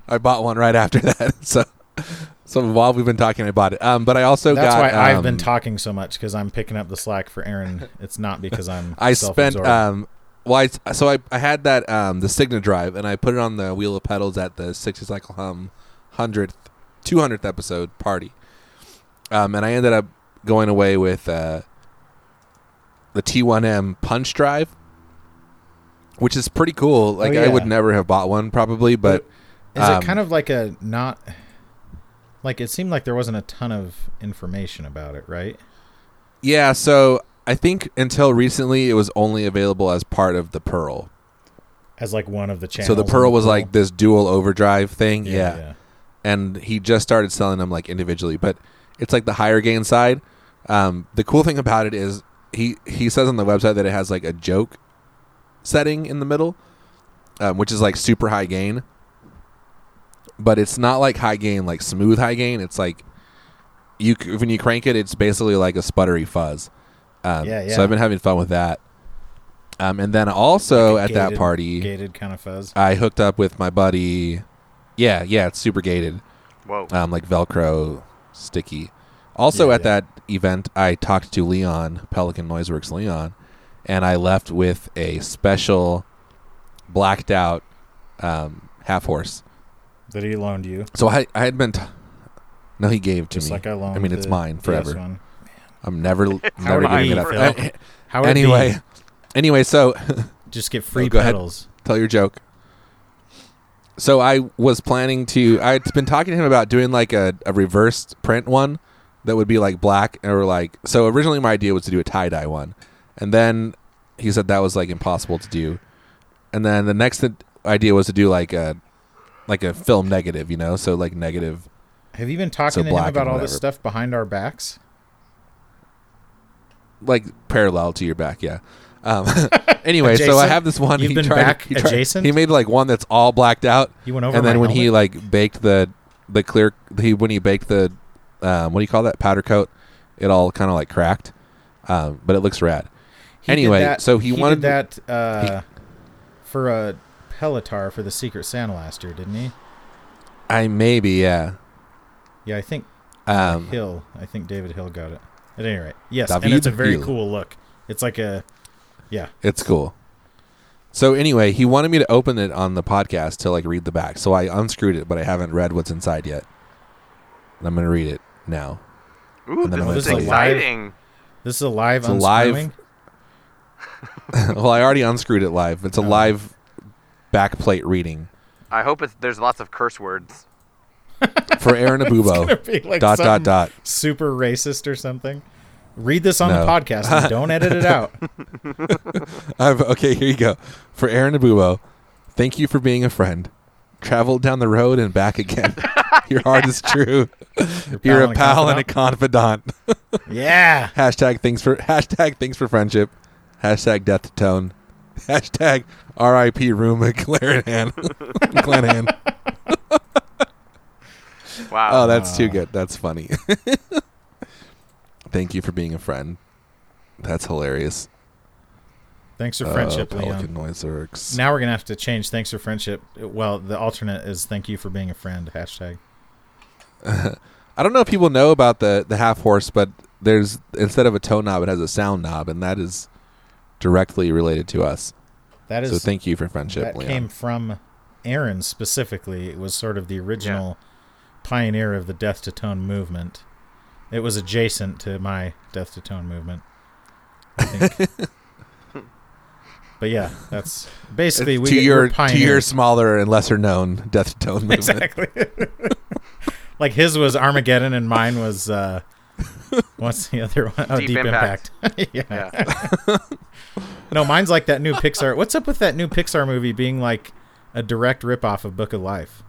Speaker 1: I bought one right after that. So, so while we've been talking, I bought it. Um, but I also
Speaker 3: that's
Speaker 1: got.
Speaker 3: why I've been
Speaker 1: um,
Speaker 3: talking so much because I'm picking up the slack for Aaron. It's not because I'm.
Speaker 1: I spent
Speaker 3: self-absorbed.
Speaker 1: um well I, so I, I had that um the Signa drive and I put it on the wheel of pedals at the 60 cycle hum 100th 200th episode party. Um and I ended up going away with uh the T1M punch drive which is pretty cool. Like I
Speaker 3: yeah.
Speaker 1: would never have bought one probably but
Speaker 3: Is
Speaker 1: um,
Speaker 3: it kind of like a not? Like it seemed like there wasn't a ton of information about it, right?
Speaker 1: yeah so I think until recently it was only available as part of the Pearl.
Speaker 3: As like one of the channels.
Speaker 1: So the
Speaker 3: on
Speaker 1: Pearl was
Speaker 3: Pearl.
Speaker 1: like this dual overdrive thing. yeah. and he just started selling them like individually but it's like the higher gain side um, the cool thing about it is he he says on the website that it has like a joke setting in the middle um, which is like super high gain but it's not like high gain like smooth high gain it's like you c- when you crank it it's basically like a sputtery fuzz um, so
Speaker 3: Yeah, yeah.
Speaker 1: i've been having fun with that Um, and then also at that
Speaker 3: Gated-
Speaker 1: party,
Speaker 3: gated kind of fuzz.
Speaker 1: I hooked up with my buddy. Yeah, yeah, it's super gated,
Speaker 2: Whoa.
Speaker 1: um, like Velcro sticky. Also
Speaker 3: Yeah,
Speaker 1: at
Speaker 3: yeah.
Speaker 1: that event, I talked to Leon Pelican Noise Works Leon, and I left with a special blacked out um, half horse.
Speaker 3: That he loaned you,
Speaker 1: So I I had been. T- no, he gave to
Speaker 3: just
Speaker 1: me.
Speaker 3: like I loaned.
Speaker 1: I mean, it's
Speaker 3: the
Speaker 1: mine
Speaker 3: DS
Speaker 1: forever.
Speaker 3: one.
Speaker 1: I'm never never
Speaker 3: would
Speaker 1: giving
Speaker 3: he
Speaker 1: it up.
Speaker 3: feel?
Speaker 1: Uh,
Speaker 3: How would it be?
Speaker 1: anyway, anyway, so
Speaker 3: just get free
Speaker 1: No, go ahead.
Speaker 3: pedals.
Speaker 1: tell your joke. So I was planning to. I'd been talking to him about doing like a, a reversed print one that would be like black or like. So originally my idea was to do a tie dye one, and then he said that was like impossible to do, and then the next th- idea was to do like a like a film negative, you know, so like negative.
Speaker 3: Have you been talking to him
Speaker 1: black
Speaker 3: about
Speaker 1: and
Speaker 3: all this
Speaker 1: whatever.
Speaker 3: stuff behind our backs?
Speaker 1: like parallel to your back, yeah. Um, anyway, so I
Speaker 3: Adjacent?
Speaker 1: have this one.
Speaker 3: You've been back
Speaker 1: he tried-
Speaker 3: adjacent?
Speaker 1: He made like one that's all blacked out,
Speaker 3: You went over.
Speaker 1: and then
Speaker 3: my
Speaker 1: when he
Speaker 3: helmet?
Speaker 1: like baked the the clear, he when he baked the um, what do you call that powder coat? It all kind of like cracked, um, but it looks rad.
Speaker 3: He did
Speaker 1: anyway,
Speaker 3: that-
Speaker 1: so he,
Speaker 3: did
Speaker 1: wanted
Speaker 3: that uh, for a Pelotar for the Secret Santa last year, didn't he?
Speaker 1: I maybe yeah.
Speaker 3: Yeah, I think
Speaker 1: Um,
Speaker 3: Hill. I think David Hill got it. At any rate, yes, and
Speaker 1: David
Speaker 3: it's a very
Speaker 1: Hill.
Speaker 3: cool look. It's like a yeah.
Speaker 1: It's cool. So anyway, he wanted me to open it on the podcast to like read the back. So I unscrewed it, but I haven't read what's inside yet. And I'm gonna read it now.
Speaker 2: Ooh,
Speaker 1: and then
Speaker 2: this is
Speaker 1: eventually-
Speaker 2: exciting.
Speaker 3: This is a live.
Speaker 1: It's a live-
Speaker 3: unscrewing?
Speaker 1: well, I already unscrewed it live. It's a live backplate reading
Speaker 2: I hope it's, there's lots of curse words.
Speaker 1: for Aaron Abubo.
Speaker 3: Be like
Speaker 1: oh. dot
Speaker 3: something
Speaker 1: dot dot.
Speaker 3: Super racist or something. Read this on
Speaker 1: No.
Speaker 3: the podcast. and don't edit it out.
Speaker 1: I've, okay, here you go. For Aaron Abubo, thank you for being a friend. Traveled down the road and back again. Your heart is true. You're a pal and a confidant.
Speaker 3: yeah.
Speaker 1: Hashtag thanks for hashtag thanks for friendship. Hashtag death to tone. Hashtag R.I.P. Room McClanahan. McClanahan.
Speaker 2: Wow.
Speaker 1: Oh, that's
Speaker 3: Ah.
Speaker 1: too good. That's funny. Thank you for being a friend. That's hilarious.
Speaker 3: Thanks for friendship,
Speaker 1: oh,
Speaker 3: Leon.
Speaker 1: Pelican Noise Works.
Speaker 3: Now we're gonna have to change. Thanks for friendship. Well, the alternate is thank you for being a friend. Hashtag.
Speaker 1: I don't know if people know about the the half horse, but there's instead of a toe knob, it has a sound knob, and that is directly related to us.
Speaker 3: That is
Speaker 1: So thank you for friendship,
Speaker 3: that
Speaker 1: Leon.
Speaker 3: came from Aaron specifically. It was sort of the original pioneer of the Death to Tone movement. It was adjacent to my Death to Tone movement. I think. but yeah, that's basically we
Speaker 1: to
Speaker 3: we're
Speaker 1: your to your
Speaker 3: pioneers.
Speaker 1: smaller and lesser known death tone movement.
Speaker 3: exactly. like his was Armageddon and mine was uh what's the other one? Oh,
Speaker 2: Deep
Speaker 3: Deep,
Speaker 2: Impact.
Speaker 3: Impact. yeah.
Speaker 2: Yeah.
Speaker 3: No, mine's like that new Pixar. What's up with that new Pixar movie being like a direct ripoff of Book of Life?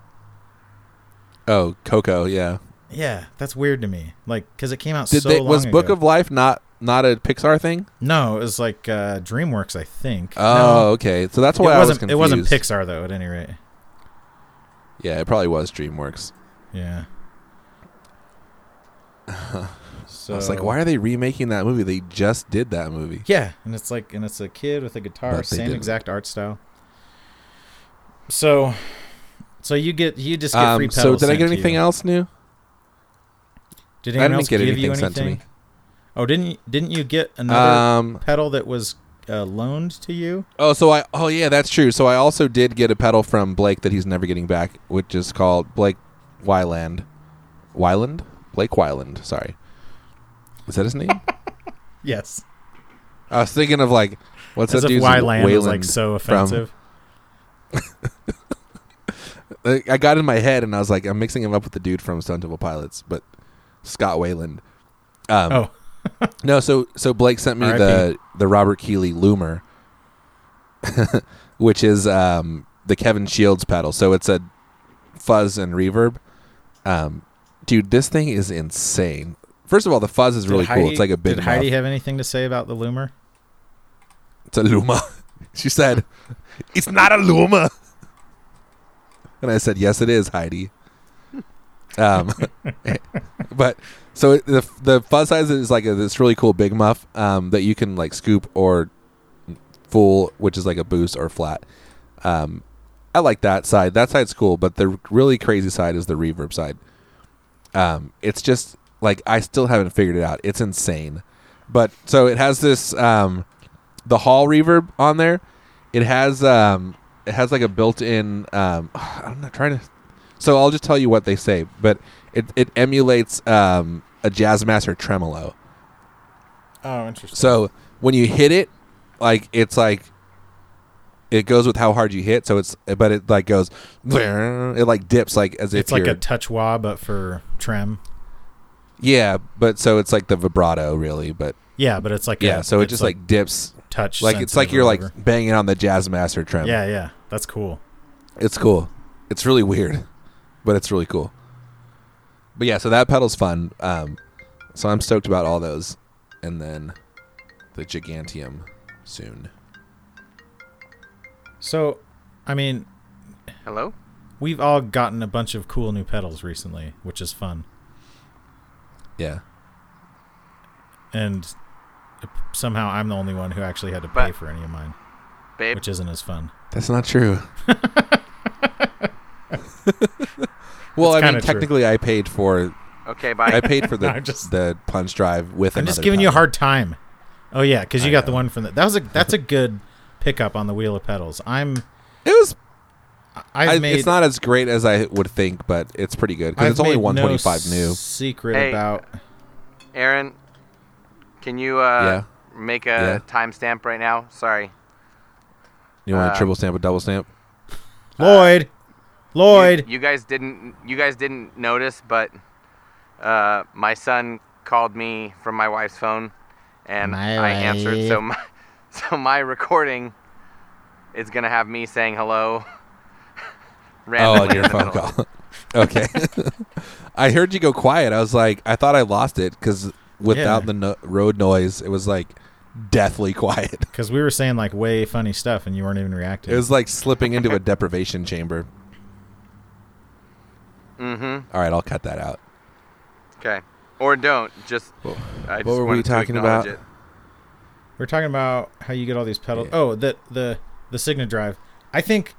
Speaker 1: Oh, Coco, yeah.
Speaker 3: Yeah, that's weird to me. Like, because it came out
Speaker 1: Did
Speaker 3: so
Speaker 1: they,
Speaker 3: long
Speaker 1: was Book
Speaker 3: ago.
Speaker 1: of Life not not a Pixar thing?
Speaker 3: No, it was like uh, DreamWorks, I think.
Speaker 1: Oh, okay. So that's
Speaker 3: no,
Speaker 1: why
Speaker 3: it
Speaker 1: I was
Speaker 3: wasn't.
Speaker 1: confused.
Speaker 3: it wasn't Pixar though. At any rate,
Speaker 1: Yeah, it probably was DreamWorks.
Speaker 3: yeah. So
Speaker 1: I was like, why are they remaking that movie? They just did that movie.
Speaker 3: Yeah, and it's like, and it's a kid with a guitar,
Speaker 1: But they
Speaker 3: same
Speaker 1: didn't.
Speaker 3: exact art style. So, so you get you just get free
Speaker 1: Um,
Speaker 3: pedals.
Speaker 1: so did I
Speaker 3: sent
Speaker 1: get
Speaker 3: to
Speaker 1: anything
Speaker 3: you.
Speaker 1: else new?
Speaker 3: Did
Speaker 1: I
Speaker 3: anyone
Speaker 1: didn't
Speaker 3: else
Speaker 1: get
Speaker 3: give you
Speaker 1: anything sent to me.
Speaker 3: anything? Oh, didn't you, didn't you get another
Speaker 1: Um,
Speaker 3: pedal that was uh, loaned to you?
Speaker 1: Oh, so I. Oh, yeah, that's true. So I also did get a pedal from Blake that he's never getting back, which is called Blake Wyland. Wyland? Blake Wyland. Sorry. Is that his name?
Speaker 3: Yes.
Speaker 1: I was thinking of like, what's
Speaker 3: As
Speaker 1: that
Speaker 3: if
Speaker 1: dude's
Speaker 3: Wyland was like
Speaker 1: Wayland
Speaker 3: so
Speaker 1: from-
Speaker 3: offensive.
Speaker 1: Like, I got in my head and I was like, I'm mixing him up with the dude from Stone Temple Pilots, but Scott Wayland. Um,
Speaker 3: Oh,
Speaker 1: No, so so Blake sent me
Speaker 3: RIP.
Speaker 1: the the Robert Keeley Loomer, which is um, the Kevin Shields pedal. So it's a fuzz and reverb. Um, dude, this thing is insane. First of all, the fuzz is really
Speaker 3: Did
Speaker 1: cool.
Speaker 3: Heidi-
Speaker 1: it's like a big
Speaker 3: Did Heidi have anything to say about the Loomer?
Speaker 1: it's a Luma. she said, "It's not a Luma," and I said, "Yes, it is, Heidi." Um, but so it- the the fuzz size is like a, this really cool big muff um, that you can like scoop or full, which is like a boost or flat. Um, I like that side. That side's cool, but the really crazy side is the reverb side. Um, it's just like I still haven't figured it out. It's insane. But so it has this um, the hall reverb on there. It has um, it has like a built-in. Um, I'm not trying to. So I'll just tell you what they say, but it it emulates um, a Jazzmaster tremolo.
Speaker 3: Oh, interesting.
Speaker 1: So when you hit it, like it's like it goes with how hard you hit. So it's but it like goes it like dips like as if
Speaker 3: it's like
Speaker 1: you're-
Speaker 3: a touch wah, but for trem.
Speaker 1: yeah. But so it's like the vibrato really, but
Speaker 3: Yeah, but it's like
Speaker 1: yeah.
Speaker 3: a-
Speaker 1: so it
Speaker 3: it's
Speaker 1: just like, dips
Speaker 3: touch.
Speaker 1: like it's like
Speaker 3: sensitive
Speaker 1: you're
Speaker 3: or
Speaker 1: like
Speaker 3: whatever.
Speaker 1: banging on the Jazzmaster tremolo.
Speaker 3: yeah, yeah. That's cool.
Speaker 1: It's cool. It's really weird, but it's really cool. But yeah, so that pedal's fun. Um, so I'm stoked about all those, and then the Gigantium soon.
Speaker 3: So, I mean,
Speaker 2: Hello?
Speaker 3: we've all gotten a bunch of cool new pedals recently, which is fun.
Speaker 1: Yeah,
Speaker 3: And somehow I'm the only one who actually had to pay
Speaker 2: But-
Speaker 3: for any of mine,
Speaker 2: Babe.
Speaker 3: which isn't as fun.
Speaker 1: that's not true. well,
Speaker 3: It's
Speaker 1: I mean,
Speaker 3: kinda true.
Speaker 1: technically, I paid for
Speaker 2: Okay,
Speaker 1: I
Speaker 2: bye.
Speaker 1: paid for the
Speaker 3: I'm just-
Speaker 1: the punch drive with.
Speaker 3: I'm just
Speaker 1: another
Speaker 3: giving you a
Speaker 1: pedal.
Speaker 3: hard time. Oh yeah, because you
Speaker 1: I
Speaker 3: got the
Speaker 1: know.
Speaker 3: one from the, that was a that's a good pickup on the wheel of pedals. I'm
Speaker 1: It was.
Speaker 3: I've
Speaker 1: I,
Speaker 3: made
Speaker 1: it's not as great as I would think, but it's pretty good because
Speaker 3: I've
Speaker 1: it's only
Speaker 3: made no
Speaker 1: 125 new.
Speaker 3: Secret
Speaker 2: Hey,
Speaker 3: about
Speaker 2: Aaron, can you uh, make a
Speaker 1: Yeah.
Speaker 2: timestamp right now? Sorry.
Speaker 1: You want
Speaker 2: uh,
Speaker 1: a triple stamp, a double stamp?
Speaker 3: Lloyd.
Speaker 2: You-
Speaker 3: Lloyd.
Speaker 2: uh, You, guys didn't you guys didn't notice, but uh, my son called me from my wife's phone, and
Speaker 3: My
Speaker 2: I answered. So
Speaker 3: wife.
Speaker 2: my so my recording is gonna have me saying hello.
Speaker 1: Oh, on
Speaker 2: randomly in
Speaker 1: your
Speaker 2: the
Speaker 1: phone
Speaker 2: middle.
Speaker 1: call. okay. I heard you go quiet. I was like, I thought I lost it because without
Speaker 3: Yeah.
Speaker 1: the no- road noise, it was like deathly quiet.
Speaker 3: Because we were saying like way funny stuff and you weren't even reacting.
Speaker 1: It was like slipping into a deprivation chamber.
Speaker 2: Mm-hmm.
Speaker 1: All right, I'll cut that out.
Speaker 2: Okay. Or don't just.
Speaker 1: What-
Speaker 2: I just
Speaker 1: what were we
Speaker 2: wanted to
Speaker 1: talking
Speaker 2: acknowledge
Speaker 1: about?
Speaker 2: It.
Speaker 3: We We're talking about how you get all these pedals.
Speaker 1: Yeah.
Speaker 3: Oh, the the the Signa drive. I think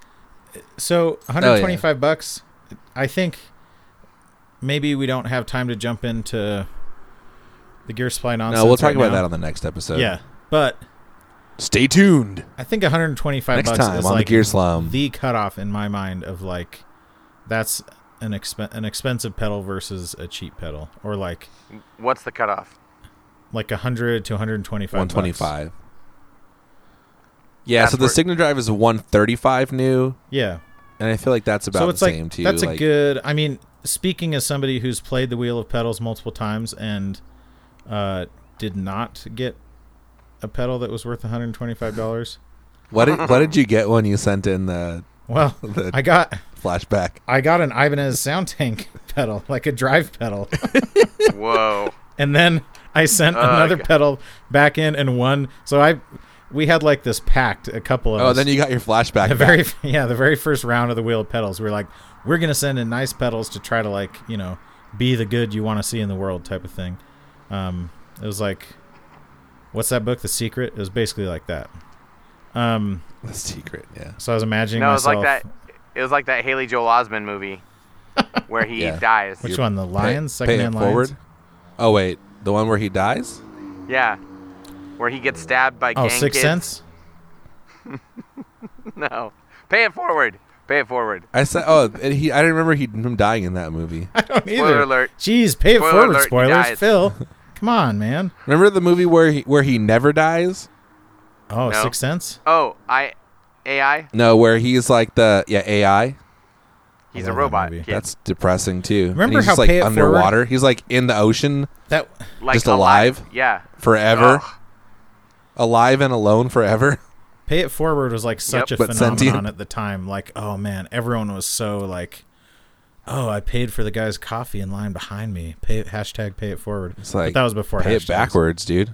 Speaker 1: Oh,
Speaker 3: so. 125 bucks. I think maybe we don't have time to jump into the gear supply nonsense.
Speaker 1: No, we'll talk
Speaker 3: right
Speaker 1: about
Speaker 3: now.
Speaker 1: that on the next episode.
Speaker 3: yeah, but
Speaker 1: Stay tuned.
Speaker 3: I think 125
Speaker 1: Next
Speaker 3: bucks
Speaker 1: time
Speaker 3: is
Speaker 1: on
Speaker 3: like
Speaker 1: the Gear Slum.
Speaker 3: the cutoff in my mind of like that's an expen- an expensive pedal versus a cheap pedal or like
Speaker 2: What's the cutoff?
Speaker 3: like 100 to 125 bucks.
Speaker 1: 125. Yeah,
Speaker 2: That's
Speaker 1: so the
Speaker 2: where-
Speaker 1: Signa Drive is 135 new,
Speaker 3: yeah
Speaker 1: and I feel like that's about
Speaker 3: so it's
Speaker 1: the
Speaker 3: like
Speaker 1: same too.
Speaker 3: that's
Speaker 1: like-
Speaker 3: a good i mean speaking as somebody who's played the wheel of pedals multiple times and uh did not get a pedal that was worth 125 dollars
Speaker 1: What did, what did you get when you sent in the
Speaker 3: well
Speaker 1: The-
Speaker 3: i got
Speaker 1: flashback?
Speaker 3: i got an ibanez sound tank pedal like a drive pedal
Speaker 2: Whoa.
Speaker 3: and then I sent
Speaker 2: Oh,
Speaker 3: another
Speaker 2: God.
Speaker 3: pedal back in and one. So I, we had like this packed a couple of.
Speaker 1: Oh,
Speaker 3: us.
Speaker 1: then you got your flashback.
Speaker 3: the
Speaker 1: back.
Speaker 3: very yeah the very first round of the wheel of pedals. We are like we're gonna send in nice pedals to try to like you know be the good you want to see in the world type of thing. Um, it was like, what's that book, The Secret? It was basically like that. Um,
Speaker 1: The secret, yeah.
Speaker 3: so I was imagining
Speaker 2: No, it was
Speaker 3: myself.
Speaker 2: like that. It was like that Haley Joel Osment movie, where he
Speaker 1: Yeah.
Speaker 2: dies.
Speaker 3: Which
Speaker 1: Your
Speaker 3: one? The lions,
Speaker 1: Pay- Pay
Speaker 3: second
Speaker 1: It
Speaker 3: man lions.
Speaker 1: forward. Oh wait, the one where he dies?
Speaker 2: Yeah. Where he gets stabbed by
Speaker 3: Oh,
Speaker 2: gang kids.
Speaker 3: Sixth Sense.
Speaker 2: No. Pay it forward. Pay it forward.
Speaker 1: I said. Oh, and he. I remember he him dying in that movie.
Speaker 3: I don't either.
Speaker 2: Spoiler alert.
Speaker 3: Oh, Jeez, pay it
Speaker 2: Spoiler
Speaker 3: forward.
Speaker 2: alert, he
Speaker 3: spoilers,
Speaker 2: dies.
Speaker 3: Phil. Come on, man.
Speaker 1: Remember the movie where he where he never dies?
Speaker 3: Oh,
Speaker 2: No.
Speaker 3: Sixth Sense.
Speaker 2: Oh, I AI.
Speaker 1: No, where he's like the yeah AI.
Speaker 2: He's a
Speaker 3: I love that
Speaker 2: robot.
Speaker 3: movie.
Speaker 2: kid.
Speaker 1: That's depressing too. And
Speaker 3: Remember
Speaker 1: he's
Speaker 3: how
Speaker 1: just, like
Speaker 3: Pay It Forward-
Speaker 1: underwater? He's like in the ocean
Speaker 3: That
Speaker 2: like
Speaker 1: just alive?
Speaker 2: Yeah.
Speaker 1: forever,
Speaker 2: Ugh.
Speaker 1: alive and alone forever.
Speaker 3: Pay It Forward was like such
Speaker 1: Yep,
Speaker 3: a
Speaker 1: but
Speaker 3: phenomenon
Speaker 1: sentient.
Speaker 3: at the time. Like, oh man, everyone was so like, oh, I paid for the guy's coffee in line behind me. Pay it, hashtag Pay It Forward.
Speaker 1: It's like
Speaker 3: but that was before
Speaker 1: Pay
Speaker 3: hashtags.
Speaker 1: it backwards, dude.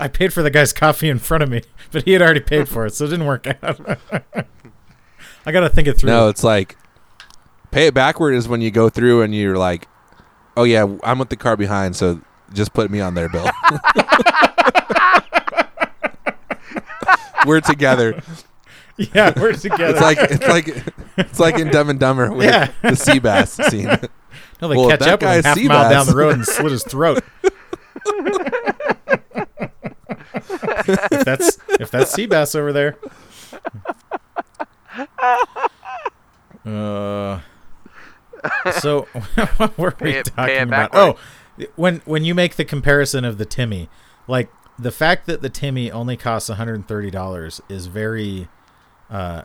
Speaker 3: I paid for the guy's coffee in front of me, but he had already paid for it, so it didn't work out. I gotta think it through.
Speaker 1: No, it's like pay it backward is when you go through and you're like, oh yeah, I'm with the car behind, so just put me on their bill. we're together.
Speaker 3: Yeah, we're together.
Speaker 1: It's like it's like it's like in Dumb and Dumber with
Speaker 3: Yeah.
Speaker 1: the sea bass scene.
Speaker 3: no, they
Speaker 1: well,
Speaker 3: catch
Speaker 1: that
Speaker 3: up with him
Speaker 1: guy's
Speaker 3: half a
Speaker 1: sea
Speaker 3: mile down
Speaker 1: bass.
Speaker 3: the road and slit his throat. if that's if that's sea bass over there. Uh, so what were we
Speaker 2: Pay it-
Speaker 3: talking
Speaker 2: pay it
Speaker 3: about?
Speaker 2: back,
Speaker 3: Oh, when when you make the comparison of the Timmy, like the fact that the Timmy only costs one hundred and thirty dollars is very uh,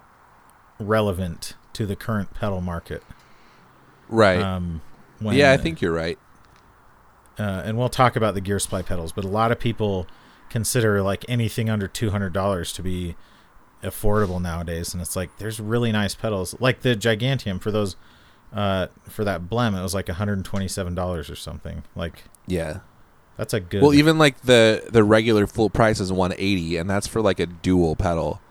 Speaker 3: relevant to the current pedal market.
Speaker 1: Right.
Speaker 3: Um, when,
Speaker 1: yeah, I think you're right.
Speaker 3: uh, and we'll talk about the gear supply pedals, but a lot of people consider like anything under two hundred dollars to be affordable nowadays, and it's like there's really nice pedals, like the Gigantium for those uh, for that blem, it was like one hundred and twenty seven dollars or something. Like
Speaker 1: Yeah.
Speaker 3: that's a good.
Speaker 1: Well, even like the the regular full price is 180 and that's for like a dual pedal.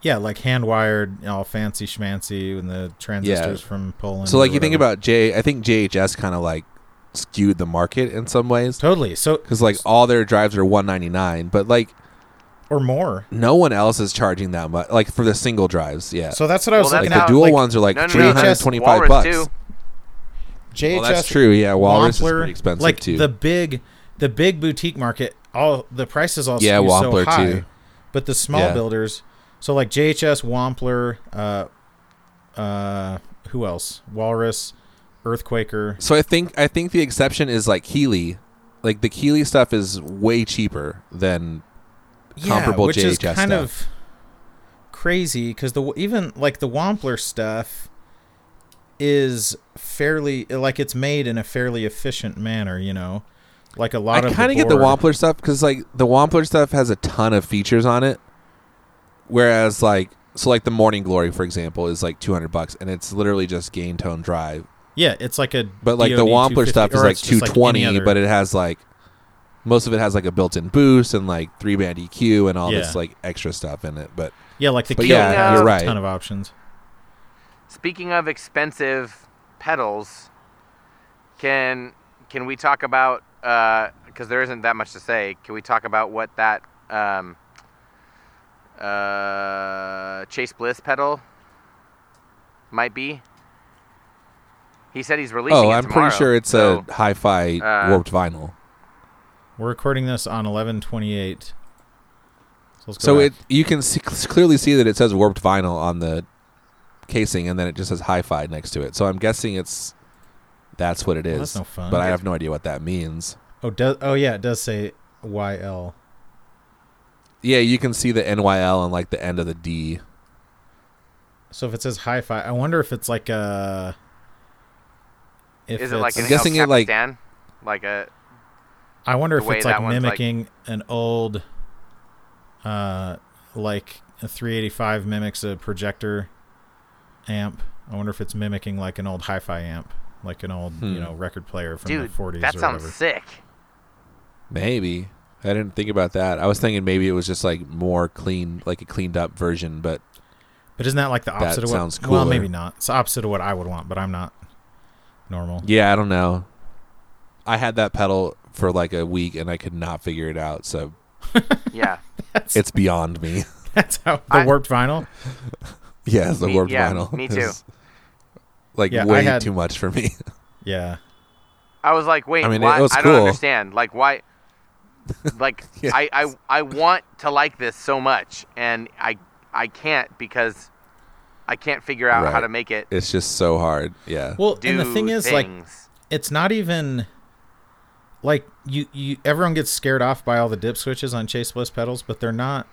Speaker 3: yeah, like hand wired, all fancy schmancy, and the transistors from Poland.
Speaker 1: So
Speaker 3: or
Speaker 1: like you think
Speaker 3: whatever.
Speaker 1: about J I think JHS kind of like skewed the market in some ways
Speaker 3: totally so
Speaker 1: cuz like all their drives are 199, but like
Speaker 3: or more.
Speaker 1: no one else is charging that much like for the single drives, yeah.
Speaker 3: So that's what I
Speaker 2: Well,
Speaker 3: was
Speaker 2: that's
Speaker 1: like
Speaker 3: looking
Speaker 1: the
Speaker 2: now-
Speaker 3: at.
Speaker 1: dual
Speaker 3: like,
Speaker 1: ones are like
Speaker 2: No, no, no,
Speaker 3: that's-
Speaker 1: 325
Speaker 2: Walrus
Speaker 1: bucks.
Speaker 2: too.
Speaker 3: JHS
Speaker 1: Well, that's true. Yeah, Walrus is
Speaker 3: Wampler,
Speaker 1: pretty expensive
Speaker 3: like
Speaker 1: too.
Speaker 3: the big, the big boutique market. All the prices all
Speaker 1: Yeah,
Speaker 3: skew
Speaker 1: Wampler,
Speaker 3: so high,
Speaker 1: too.
Speaker 3: but the small
Speaker 1: Yeah.
Speaker 3: builders. So like JHS, Wampler, uh, uh, who else? Walrus, Earthquaker.
Speaker 1: so I think I think the exception is like Keeley. Like the Keeley stuff is way cheaper than Comparable
Speaker 3: yeah, which is
Speaker 1: JHS
Speaker 3: kind
Speaker 1: stuff.
Speaker 3: of crazy because the even like the Wampler stuff is fairly like it's made in a fairly efficient manner. You know, like a lot
Speaker 1: I
Speaker 3: of
Speaker 1: kind of get the
Speaker 3: board-
Speaker 1: Wampler stuff because like the Wampler stuff has a ton of features on it, whereas like so like the Morning Glory for example is like two hundred bucks and it's literally just gain tone drive.
Speaker 3: Yeah, it's like a
Speaker 1: But like the
Speaker 3: DoD
Speaker 1: Wampler
Speaker 3: 250,
Speaker 1: stuff is
Speaker 3: or
Speaker 1: like
Speaker 3: it's just
Speaker 1: two
Speaker 3: any
Speaker 1: twenty,
Speaker 3: other-
Speaker 1: but it has like most of it has like a built-in boost and like three band EQ and all
Speaker 3: Yeah.
Speaker 1: this like extra stuff in it. But
Speaker 3: yeah, like the
Speaker 1: but
Speaker 3: kill
Speaker 1: yeah,
Speaker 2: you're
Speaker 3: has
Speaker 1: right.
Speaker 3: a ton of options.
Speaker 2: Speaking of expensive pedals, can can we talk about because there isn't that much to say? Can we talk about what that um, uh, Chase Bliss pedal might be? He said he's releasing.
Speaker 1: oh,
Speaker 2: it
Speaker 1: I'm
Speaker 2: tomorrow,
Speaker 1: pretty sure it's
Speaker 2: so-
Speaker 1: a hi-fi
Speaker 2: uh,
Speaker 1: warped vinyl.
Speaker 3: We're recording this on eleven twenty eight. So, let's go
Speaker 1: So
Speaker 3: back.
Speaker 1: it you can see, clearly see that it says warped vinyl on the casing, and then it just says hi-fi next to it. So I'm guessing it's that's what it is.
Speaker 3: that's no fun.
Speaker 1: But I have no idea what that means.
Speaker 3: oh do, oh yeah, it does say YL.
Speaker 1: Yeah, you can see the NYL and like the end of the D.
Speaker 3: So if it says hi-fi, I wonder if it's like a. If
Speaker 2: Is it like
Speaker 3: it's-
Speaker 2: an
Speaker 1: I'm guessing
Speaker 2: El
Speaker 1: it, like-
Speaker 2: Capitan? like a
Speaker 3: I wonder
Speaker 2: the
Speaker 3: if
Speaker 2: way
Speaker 3: it's like
Speaker 2: that one's, like-
Speaker 3: mimicking an old, uh, like a 385 mimics a projector amp. I wonder if it's mimicking like an old hi-fi amp, like an old you
Speaker 1: Hmm.
Speaker 3: know record player from
Speaker 2: dude?
Speaker 3: the 40s
Speaker 2: That
Speaker 3: or
Speaker 2: sounds
Speaker 3: whatever.
Speaker 2: sick.
Speaker 1: Maybe I didn't think about that. I was thinking maybe it was just like more clean, like a cleaned up version. But
Speaker 3: But isn't that like the
Speaker 1: That
Speaker 3: opposite of what?
Speaker 1: sounds
Speaker 3: Well,
Speaker 1: cooler.
Speaker 3: maybe not. It's opposite of what I would want, but I'm not normal.
Speaker 1: yeah, I don't know. I had that pedal for like a week and I could not figure it out. So
Speaker 2: Yeah.
Speaker 1: it's beyond me.
Speaker 3: That's how the
Speaker 2: I-
Speaker 3: warped vinyl.
Speaker 1: yeah, it's the
Speaker 2: Me-
Speaker 1: warped
Speaker 2: yeah,
Speaker 1: vinyl.
Speaker 2: me
Speaker 1: is,
Speaker 2: too.
Speaker 1: Like
Speaker 3: Yeah, I
Speaker 1: way
Speaker 3: had-
Speaker 1: too much for me.
Speaker 3: Yeah.
Speaker 2: I was like, wait,
Speaker 1: I mean, it
Speaker 2: why?
Speaker 1: was
Speaker 2: I
Speaker 1: cool.
Speaker 2: don't understand. Like, why? Like,
Speaker 1: Yeah.
Speaker 2: I, I, I want to like this so much, and I, I can't because I can't figure out how
Speaker 1: Right.
Speaker 2: to make it
Speaker 1: It's just so hard. Yeah.
Speaker 3: Well,
Speaker 2: do
Speaker 3: and the thing is, like,
Speaker 2: things.
Speaker 3: it's not even like you you everyone gets scared off by all the dip switches on Chase Bliss pedals, but they're not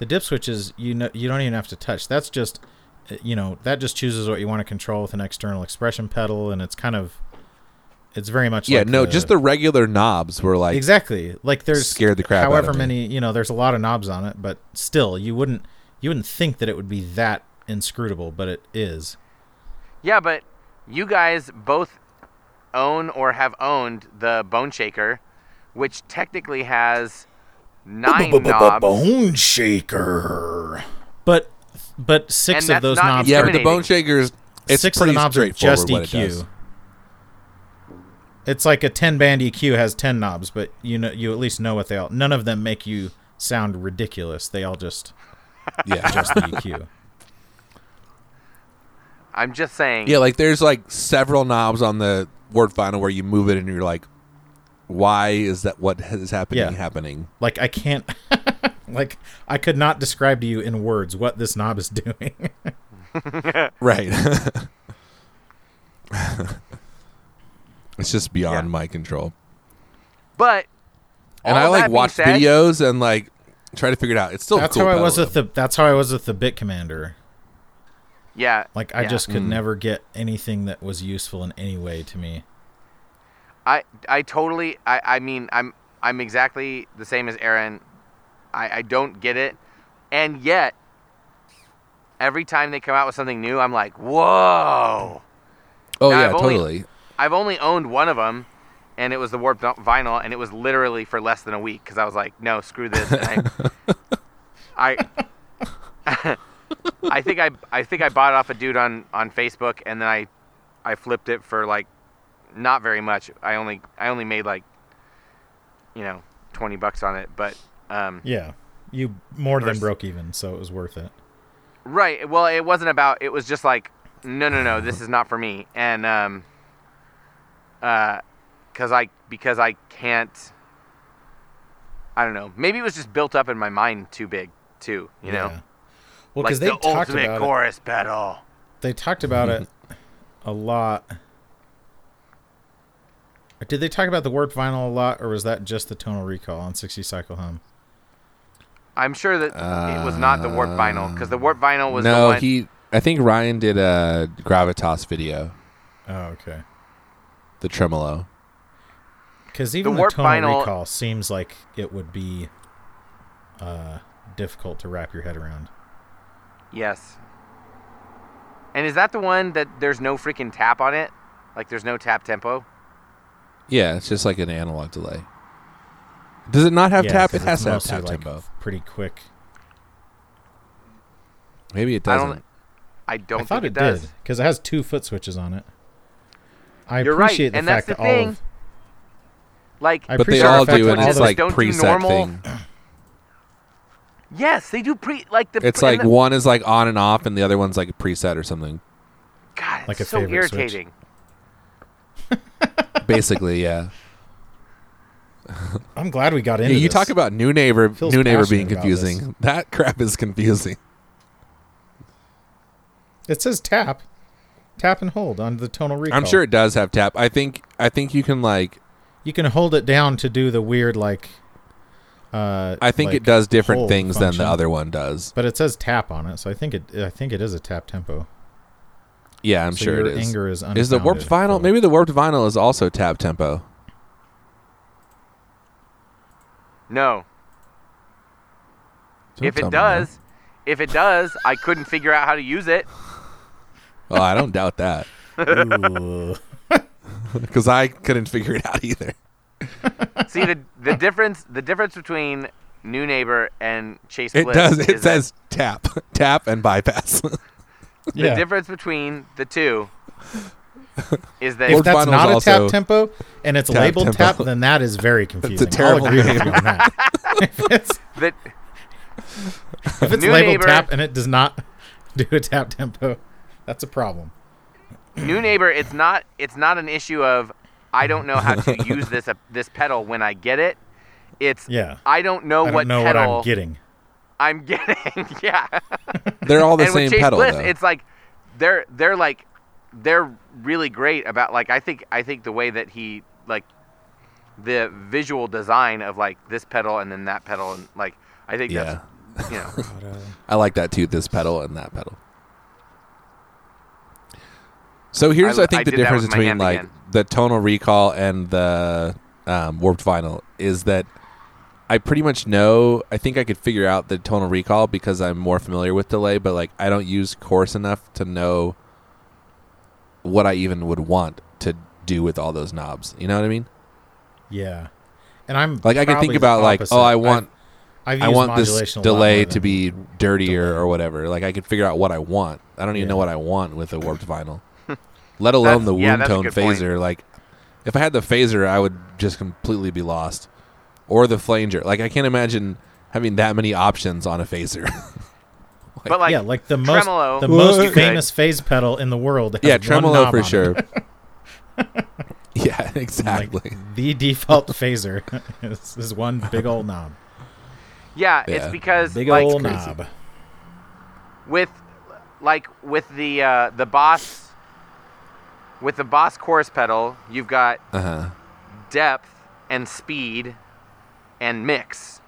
Speaker 3: the dip switches you know you don't even have to touch. That's just uh, you know, that just chooses what you want to control with an external expression pedal and it's kind of it's very much
Speaker 1: yeah,
Speaker 3: like
Speaker 1: no, just the regular knobs were like
Speaker 3: Exactly. Like there's
Speaker 1: Scared the crap out of
Speaker 3: however
Speaker 1: me.
Speaker 3: many, you know, there's a lot of knobs on it, but still you wouldn't you wouldn't think that it would be that inscrutable, but it is.
Speaker 2: Yeah, but you guys both own or have owned the Bone Shaker, which technically has nine knobs.
Speaker 4: Bone shaker.
Speaker 3: But but six
Speaker 2: And that's
Speaker 3: of those
Speaker 2: not
Speaker 3: knobs
Speaker 1: Yeah,
Speaker 3: are
Speaker 1: but the
Speaker 2: Intimidating.
Speaker 1: bone shakers it's
Speaker 3: six of
Speaker 1: pretty
Speaker 3: the knobs are
Speaker 1: straightforward
Speaker 3: just E
Speaker 1: what it does.
Speaker 3: EQ. It's like a ten band EQ has ten knobs, but you know you at least know what they all. None of them make you sound ridiculous. They all just
Speaker 1: Yeah.
Speaker 3: just the E EQ.
Speaker 2: I'm just saying.
Speaker 1: Yeah, like there's like several knobs on the word final where you move it and you're like, why is that what is happening
Speaker 3: Yeah.
Speaker 1: happening?
Speaker 3: Like I can't like I could not describe to you in words what this knob is doing.
Speaker 1: Right. it's just beyond
Speaker 2: Yeah.
Speaker 1: my control.
Speaker 2: But
Speaker 1: And
Speaker 2: all
Speaker 1: I
Speaker 2: that
Speaker 1: like
Speaker 2: being
Speaker 1: watch
Speaker 2: said-
Speaker 1: videos and like try to figure it out. It's still a
Speaker 3: that's
Speaker 1: cool
Speaker 3: how I
Speaker 1: pedal,
Speaker 3: was
Speaker 1: though.
Speaker 3: with the that's how I was with the bit commander.
Speaker 2: yeah,
Speaker 3: Like I
Speaker 2: yeah.
Speaker 3: just
Speaker 1: Hmm.
Speaker 3: could never get anything that was useful in any way to me.
Speaker 2: I I totally I, I mean I'm I'm exactly the same as Aaron. I, I don't get it. And yet every time they come out with something new, I'm like, "Whoa."
Speaker 1: Oh
Speaker 2: Now,
Speaker 1: yeah,
Speaker 2: I've only-
Speaker 1: totally.
Speaker 2: I've only owned one of them and it was the warped vinyl and it was literally for less than a week cuz I was like, "No, screw this." And I I I think I I think I bought it off a dude on on Facebook and then I I flipped it for like not very much. I only I only made like you know, 20 bucks on it, but um
Speaker 3: Yeah. You more than
Speaker 2: Versus-
Speaker 3: broke even, so it was worth it.
Speaker 2: Right. Well, it wasn't about. It was just like, no, no, no. This is not for me. And um, uh, cause I because I can't. I don't know. Maybe it was just built up in my mind too big, too. You know,
Speaker 3: Yeah. Well,
Speaker 2: like
Speaker 3: because
Speaker 2: the
Speaker 3: they talked
Speaker 2: ultimate
Speaker 3: about it.
Speaker 2: chorus pedal.
Speaker 3: they talked about it a lot. Did they talk about the warp vinyl a lot, or was that just the tonal recall on 60 cycle hum?
Speaker 2: I'm sure that it was not the warp vinyl because the warp vinyl was the
Speaker 1: No,
Speaker 2: one.
Speaker 1: he I think Ryan did a gravitas video,
Speaker 3: Oh, okay.
Speaker 1: the tremolo.
Speaker 3: Because even the,
Speaker 2: warp
Speaker 3: tonal
Speaker 2: vinyl-
Speaker 3: recall seems like it would be uh, difficult to wrap your head around.
Speaker 2: yes. And is that the one that there's no freaking tap on it? Like there's no tap tempo.
Speaker 1: Yeah, it's just like an analog delay. Does it not have
Speaker 3: Yeah,
Speaker 1: tap?
Speaker 3: 'cause
Speaker 1: It
Speaker 3: it's
Speaker 1: has to have
Speaker 3: mostly,
Speaker 1: tap
Speaker 3: like,
Speaker 1: tempo.
Speaker 3: Pretty quick.
Speaker 1: Maybe it
Speaker 2: I
Speaker 1: doesn't.
Speaker 2: don't- I don't
Speaker 3: I thought
Speaker 2: think
Speaker 3: it,
Speaker 2: it does.
Speaker 3: did because it has two foot switches on it. I
Speaker 2: You're right,
Speaker 3: appreciate the
Speaker 2: and that's
Speaker 3: fact
Speaker 2: the
Speaker 3: that all
Speaker 2: thing.
Speaker 3: of
Speaker 2: Like
Speaker 3: I
Speaker 1: but they
Speaker 3: appreciate the
Speaker 1: all
Speaker 3: fact
Speaker 1: do,
Speaker 3: that
Speaker 1: and
Speaker 3: all
Speaker 1: it's
Speaker 3: the-
Speaker 1: like
Speaker 2: Don't do
Speaker 1: preset
Speaker 2: normal-
Speaker 1: thing.
Speaker 2: Yes, they do pre like the.
Speaker 1: It's
Speaker 2: pre-
Speaker 1: like
Speaker 2: and the-
Speaker 1: one is like on and off, and the other one's like a preset or something.
Speaker 2: God, it's
Speaker 3: Like a
Speaker 2: so
Speaker 3: favorite switch.
Speaker 2: irritating.
Speaker 1: Basically, yeah.
Speaker 3: I'm glad we got into
Speaker 1: Yeah, you
Speaker 3: this.
Speaker 1: talk about new neighbor,
Speaker 3: Feels
Speaker 1: new neighbor being
Speaker 3: passionate about this.
Speaker 1: confusing. That crap is confusing.
Speaker 3: It says tap, tap and hold on the tonal recall.
Speaker 1: I'm sure it does have tap. I think I think you can like
Speaker 3: you can hold it down to do the weird like. Uh,
Speaker 1: I think
Speaker 3: like,
Speaker 1: it does different
Speaker 3: hold
Speaker 1: things than
Speaker 3: function.
Speaker 1: the other one does.
Speaker 3: But it says tap on it, so I think it. I think it is a tap tempo.
Speaker 1: Yeah, I'm
Speaker 3: so
Speaker 1: sure
Speaker 3: your
Speaker 1: it is.
Speaker 3: anger is
Speaker 1: Is the warped
Speaker 3: unfounded,
Speaker 1: vinyl?
Speaker 3: probably.
Speaker 1: Maybe the warped vinyl is also tap tempo.
Speaker 2: No, if it does, if it does, I couldn't figure out how to use it.
Speaker 1: well, I don't doubt that
Speaker 3: Ooh.
Speaker 1: because I couldn't figure it out either.
Speaker 2: See the the difference the difference between New Neighbor and Chase
Speaker 1: It
Speaker 2: Bliss.
Speaker 1: does. It
Speaker 2: is that
Speaker 1: says tap, tap, and bypass.
Speaker 2: the
Speaker 3: yeah.
Speaker 2: difference between the two is that
Speaker 1: Or-
Speaker 3: if that's
Speaker 1: Vinyl's
Speaker 3: not a
Speaker 1: also
Speaker 3: tap tempo and it's
Speaker 1: tap
Speaker 3: labeled
Speaker 1: tempo.
Speaker 3: tap, then that is very confusing.
Speaker 1: terrible
Speaker 3: I'll agree with
Speaker 1: name.
Speaker 3: you on that. if it's,
Speaker 2: that
Speaker 3: if it's
Speaker 2: New
Speaker 3: labeled
Speaker 2: neighbor.
Speaker 3: tap and it does not do a tap tempo, that's a problem.
Speaker 2: New Neighbor it's not it's not an issue of I don't know how to use this uh, this pedal when I get it. It's
Speaker 3: Yeah.
Speaker 2: I don't know
Speaker 3: I don't
Speaker 2: what
Speaker 3: know what
Speaker 2: pedal
Speaker 3: I'm getting.
Speaker 2: I'm getting. yeah.
Speaker 1: They're all the
Speaker 2: and
Speaker 1: same
Speaker 2: with Chase
Speaker 1: pedal
Speaker 2: Bliss,
Speaker 1: though.
Speaker 2: it's like they're they're like they're really great about like I think I think the way that he like the visual design of like this pedal and then that pedal and like I think
Speaker 1: yeah,
Speaker 2: that's you know
Speaker 1: I like that too. This pedal and that pedal. So here's, I,
Speaker 2: I
Speaker 1: think, the
Speaker 2: did that
Speaker 1: difference
Speaker 2: with my
Speaker 1: between
Speaker 2: hand
Speaker 1: like
Speaker 2: again.
Speaker 1: the tonal recall and the um, warped vinyl is that I pretty much know. I think I could figure out the tonal recall because I'm more familiar with delay, but like I don't use course enough to know what I even would want to do with all those knobs. You know what I mean?
Speaker 3: Yeah, and I'm
Speaker 1: Like I can
Speaker 3: probably
Speaker 1: think
Speaker 3: the
Speaker 1: about like,
Speaker 3: opposite.
Speaker 1: oh, I want
Speaker 3: I've, I've
Speaker 1: I
Speaker 3: used
Speaker 1: want this
Speaker 3: modulation a lot
Speaker 1: delay
Speaker 3: more
Speaker 1: to
Speaker 3: than-
Speaker 1: be dirtier or whatever. Like I can figure out what I want. I don't even
Speaker 3: Yeah.
Speaker 1: know what I want with a warped vinyl. Let alone the
Speaker 2: That's- yeah,
Speaker 1: womb
Speaker 2: that's a
Speaker 1: tone
Speaker 2: good point.
Speaker 1: phaser. Like if I had the phaser, I would just completely be lost. Or the flanger. Like I can't imagine having that many options on a phaser.
Speaker 2: But like,
Speaker 3: yeah, like the most
Speaker 2: tremolo
Speaker 3: the most
Speaker 2: would be
Speaker 3: famous phase pedal in the world. Has
Speaker 1: yeah,
Speaker 3: one
Speaker 1: tremolo
Speaker 3: knob
Speaker 1: for
Speaker 3: on it.
Speaker 1: sure. yeah,
Speaker 3: Like,
Speaker 1: exactly.
Speaker 3: the default phaser is, is one big old knob.
Speaker 2: good. Yeah, it's
Speaker 1: Yeah.
Speaker 2: because
Speaker 3: Big
Speaker 2: like
Speaker 3: old
Speaker 1: crazy.
Speaker 3: knob.
Speaker 2: with like with the uh, the boss with the boss chorus pedal, you've got
Speaker 1: Uh huh.
Speaker 2: depth and speed and mix,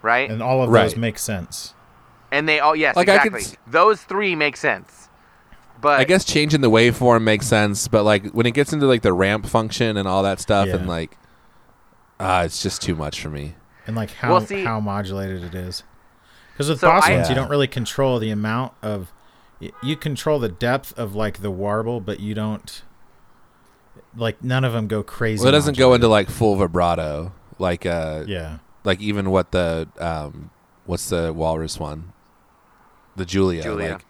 Speaker 2: right?
Speaker 3: And all of those
Speaker 1: Right.
Speaker 3: make sense.
Speaker 2: And they all yes,
Speaker 1: Like, I could
Speaker 2: exactly.
Speaker 1: s-
Speaker 2: Those three make sense. But
Speaker 1: I guess changing the waveform makes sense, but like when it gets into like the ramp function and all that stuff,
Speaker 3: Yeah.
Speaker 1: and like, ah, it's just too much for me.
Speaker 3: And like how
Speaker 2: Well, see-
Speaker 3: how modulated it is. Because with
Speaker 2: So
Speaker 3: boss
Speaker 2: I-
Speaker 3: ones, you
Speaker 1: Yeah.
Speaker 3: don't really control the amount of. y- You control the depth of like the warble, but you don't. Like none of them go crazy.
Speaker 1: Well, it doesn't go
Speaker 3: modulated.
Speaker 1: into like full vibrato, like uh,
Speaker 3: Yeah.
Speaker 1: like even what the um, what's the walrus one, the Julia,
Speaker 2: Julia.
Speaker 1: like.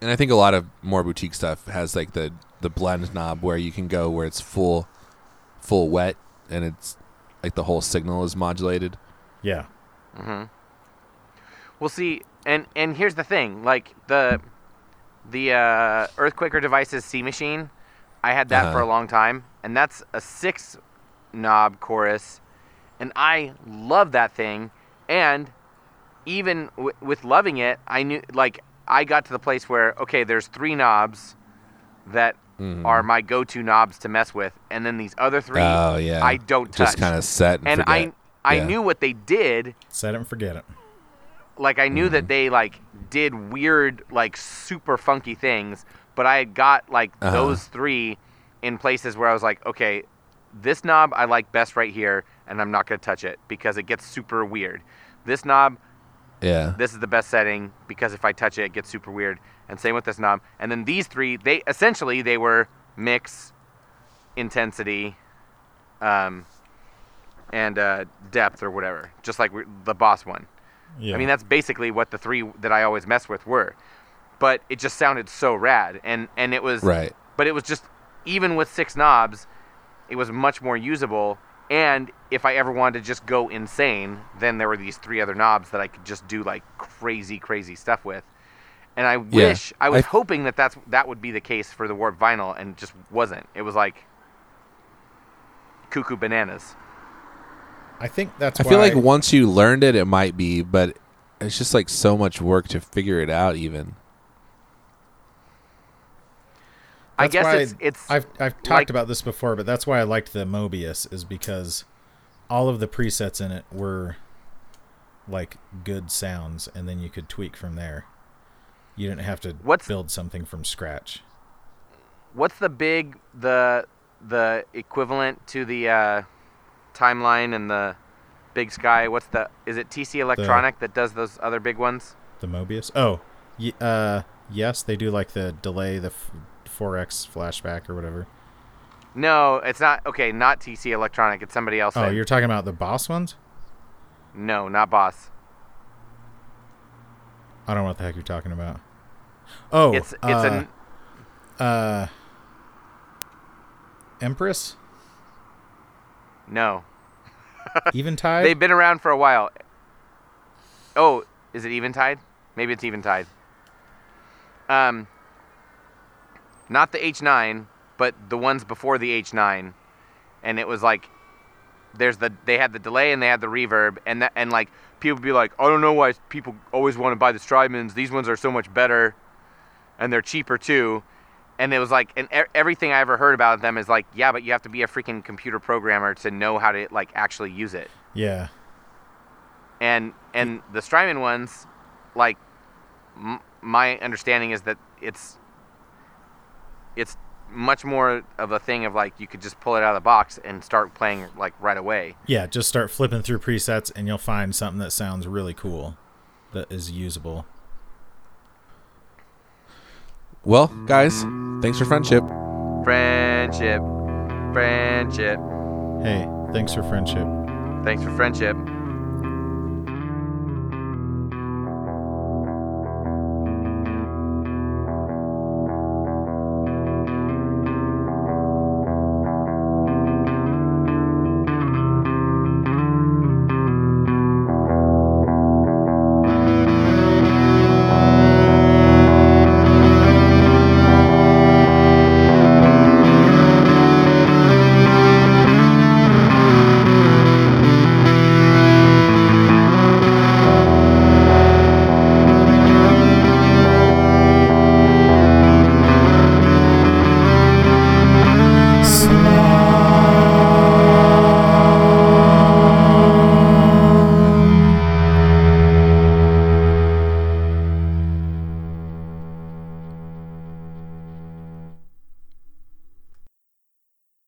Speaker 1: And I think a lot of more boutique stuff has like the the blend knob where you can go where it's full, full wet, and it's like the whole signal is modulated.
Speaker 3: Yeah.
Speaker 2: Well, see, and and here's the thing: like the the uh, Earthquaker devices C machine, I had that for
Speaker 1: Uh-huh.
Speaker 2: a long time, and that's a six knob chorus, and I love that thing, and even w- with loving it, I knew like I got to the place where okay, there's three knobs that
Speaker 1: Mm-hmm.
Speaker 2: are my go-to knobs to mess with, and then these other three
Speaker 1: Oh yeah,
Speaker 2: I don't touch.
Speaker 1: just kind of set and,
Speaker 2: and I
Speaker 1: forget.
Speaker 2: I
Speaker 1: Yeah.
Speaker 2: knew what they did
Speaker 3: Set it and forget it.
Speaker 2: like I knew
Speaker 1: Mm-hmm.
Speaker 2: that they like did weird like super funky things, but I had got like
Speaker 1: Uh-huh.
Speaker 2: those three in places where I was like, okay, this knob I like best right here, and I'm not gonna touch it because it gets super weird. This knob,
Speaker 1: yeah.
Speaker 2: this is the best setting because if I touch it, it gets super weird. And same with this knob. And then these three, they essentially they were mix, intensity, um, and uh, depth or whatever, just like we the boss one.
Speaker 3: Yeah.
Speaker 2: I mean, that's basically what the three that I always mess with were. But it just sounded so rad, and and it was
Speaker 1: Right.
Speaker 2: But it was just even with six knobs, it was much more usable. And if I ever wanted to just go insane, then there were these three other knobs that I could just do like crazy, crazy stuff with. And I wish I was
Speaker 1: I-
Speaker 2: hoping that that's that would be the case for the warp vinyl, and it just wasn't. It was like cuckoo bananas.
Speaker 3: I think that's.
Speaker 1: I
Speaker 3: why
Speaker 1: feel like once you learned it, it might be, but it's just like so much work to figure it out. Even
Speaker 2: I
Speaker 3: That's
Speaker 2: guess
Speaker 3: why
Speaker 2: it's it's
Speaker 3: I've I've talked
Speaker 2: like-
Speaker 3: about this before, but that's why I liked the Mobius is because all of the presets in it were like good sounds, and then you could tweak from there. You didn't have to
Speaker 2: What's-
Speaker 3: build something from scratch.
Speaker 2: what's the big the the equivalent to the uh, timeline and the big sky what's the is it tc electronic that does those other big ones
Speaker 3: The Mobius. Oh, y- uh, yes, they do like the delay, the f- 4x flashback or whatever.
Speaker 2: no it's not okay not tc electronic it's somebody else
Speaker 3: Oh,
Speaker 2: then.
Speaker 3: you're talking about the boss ones?
Speaker 2: no not boss
Speaker 3: I don't know what the heck you're talking about. Oh,
Speaker 2: it's it's
Speaker 3: uh,
Speaker 2: an
Speaker 3: uh, Empress,
Speaker 2: no
Speaker 3: Eventide.
Speaker 2: they've been around for a while oh is it eventide maybe it's eventide um not the h9 but the ones before the h9 and it was like there's the they had the delay and they had the reverb and that and like people be like i don't know why people always want to buy the strymans these ones are so much better and they're cheaper too and it was like and e- everything i ever heard about them is like yeah but you have to be a freaking computer programmer to know how to like actually use it
Speaker 3: Yeah,
Speaker 2: and and the Strymon ones, like m- my understanding is that it's it's much more of a thing of like you could just pull it out of the box and start playing like right away.
Speaker 3: yeah. Just start flipping through presets, and you'll find something that sounds really cool, that is usable.
Speaker 1: well, guys, thanks for friendship.
Speaker 2: Friendship, friendship.
Speaker 3: Hey, thanks for friendship.
Speaker 2: Thanks for friendship.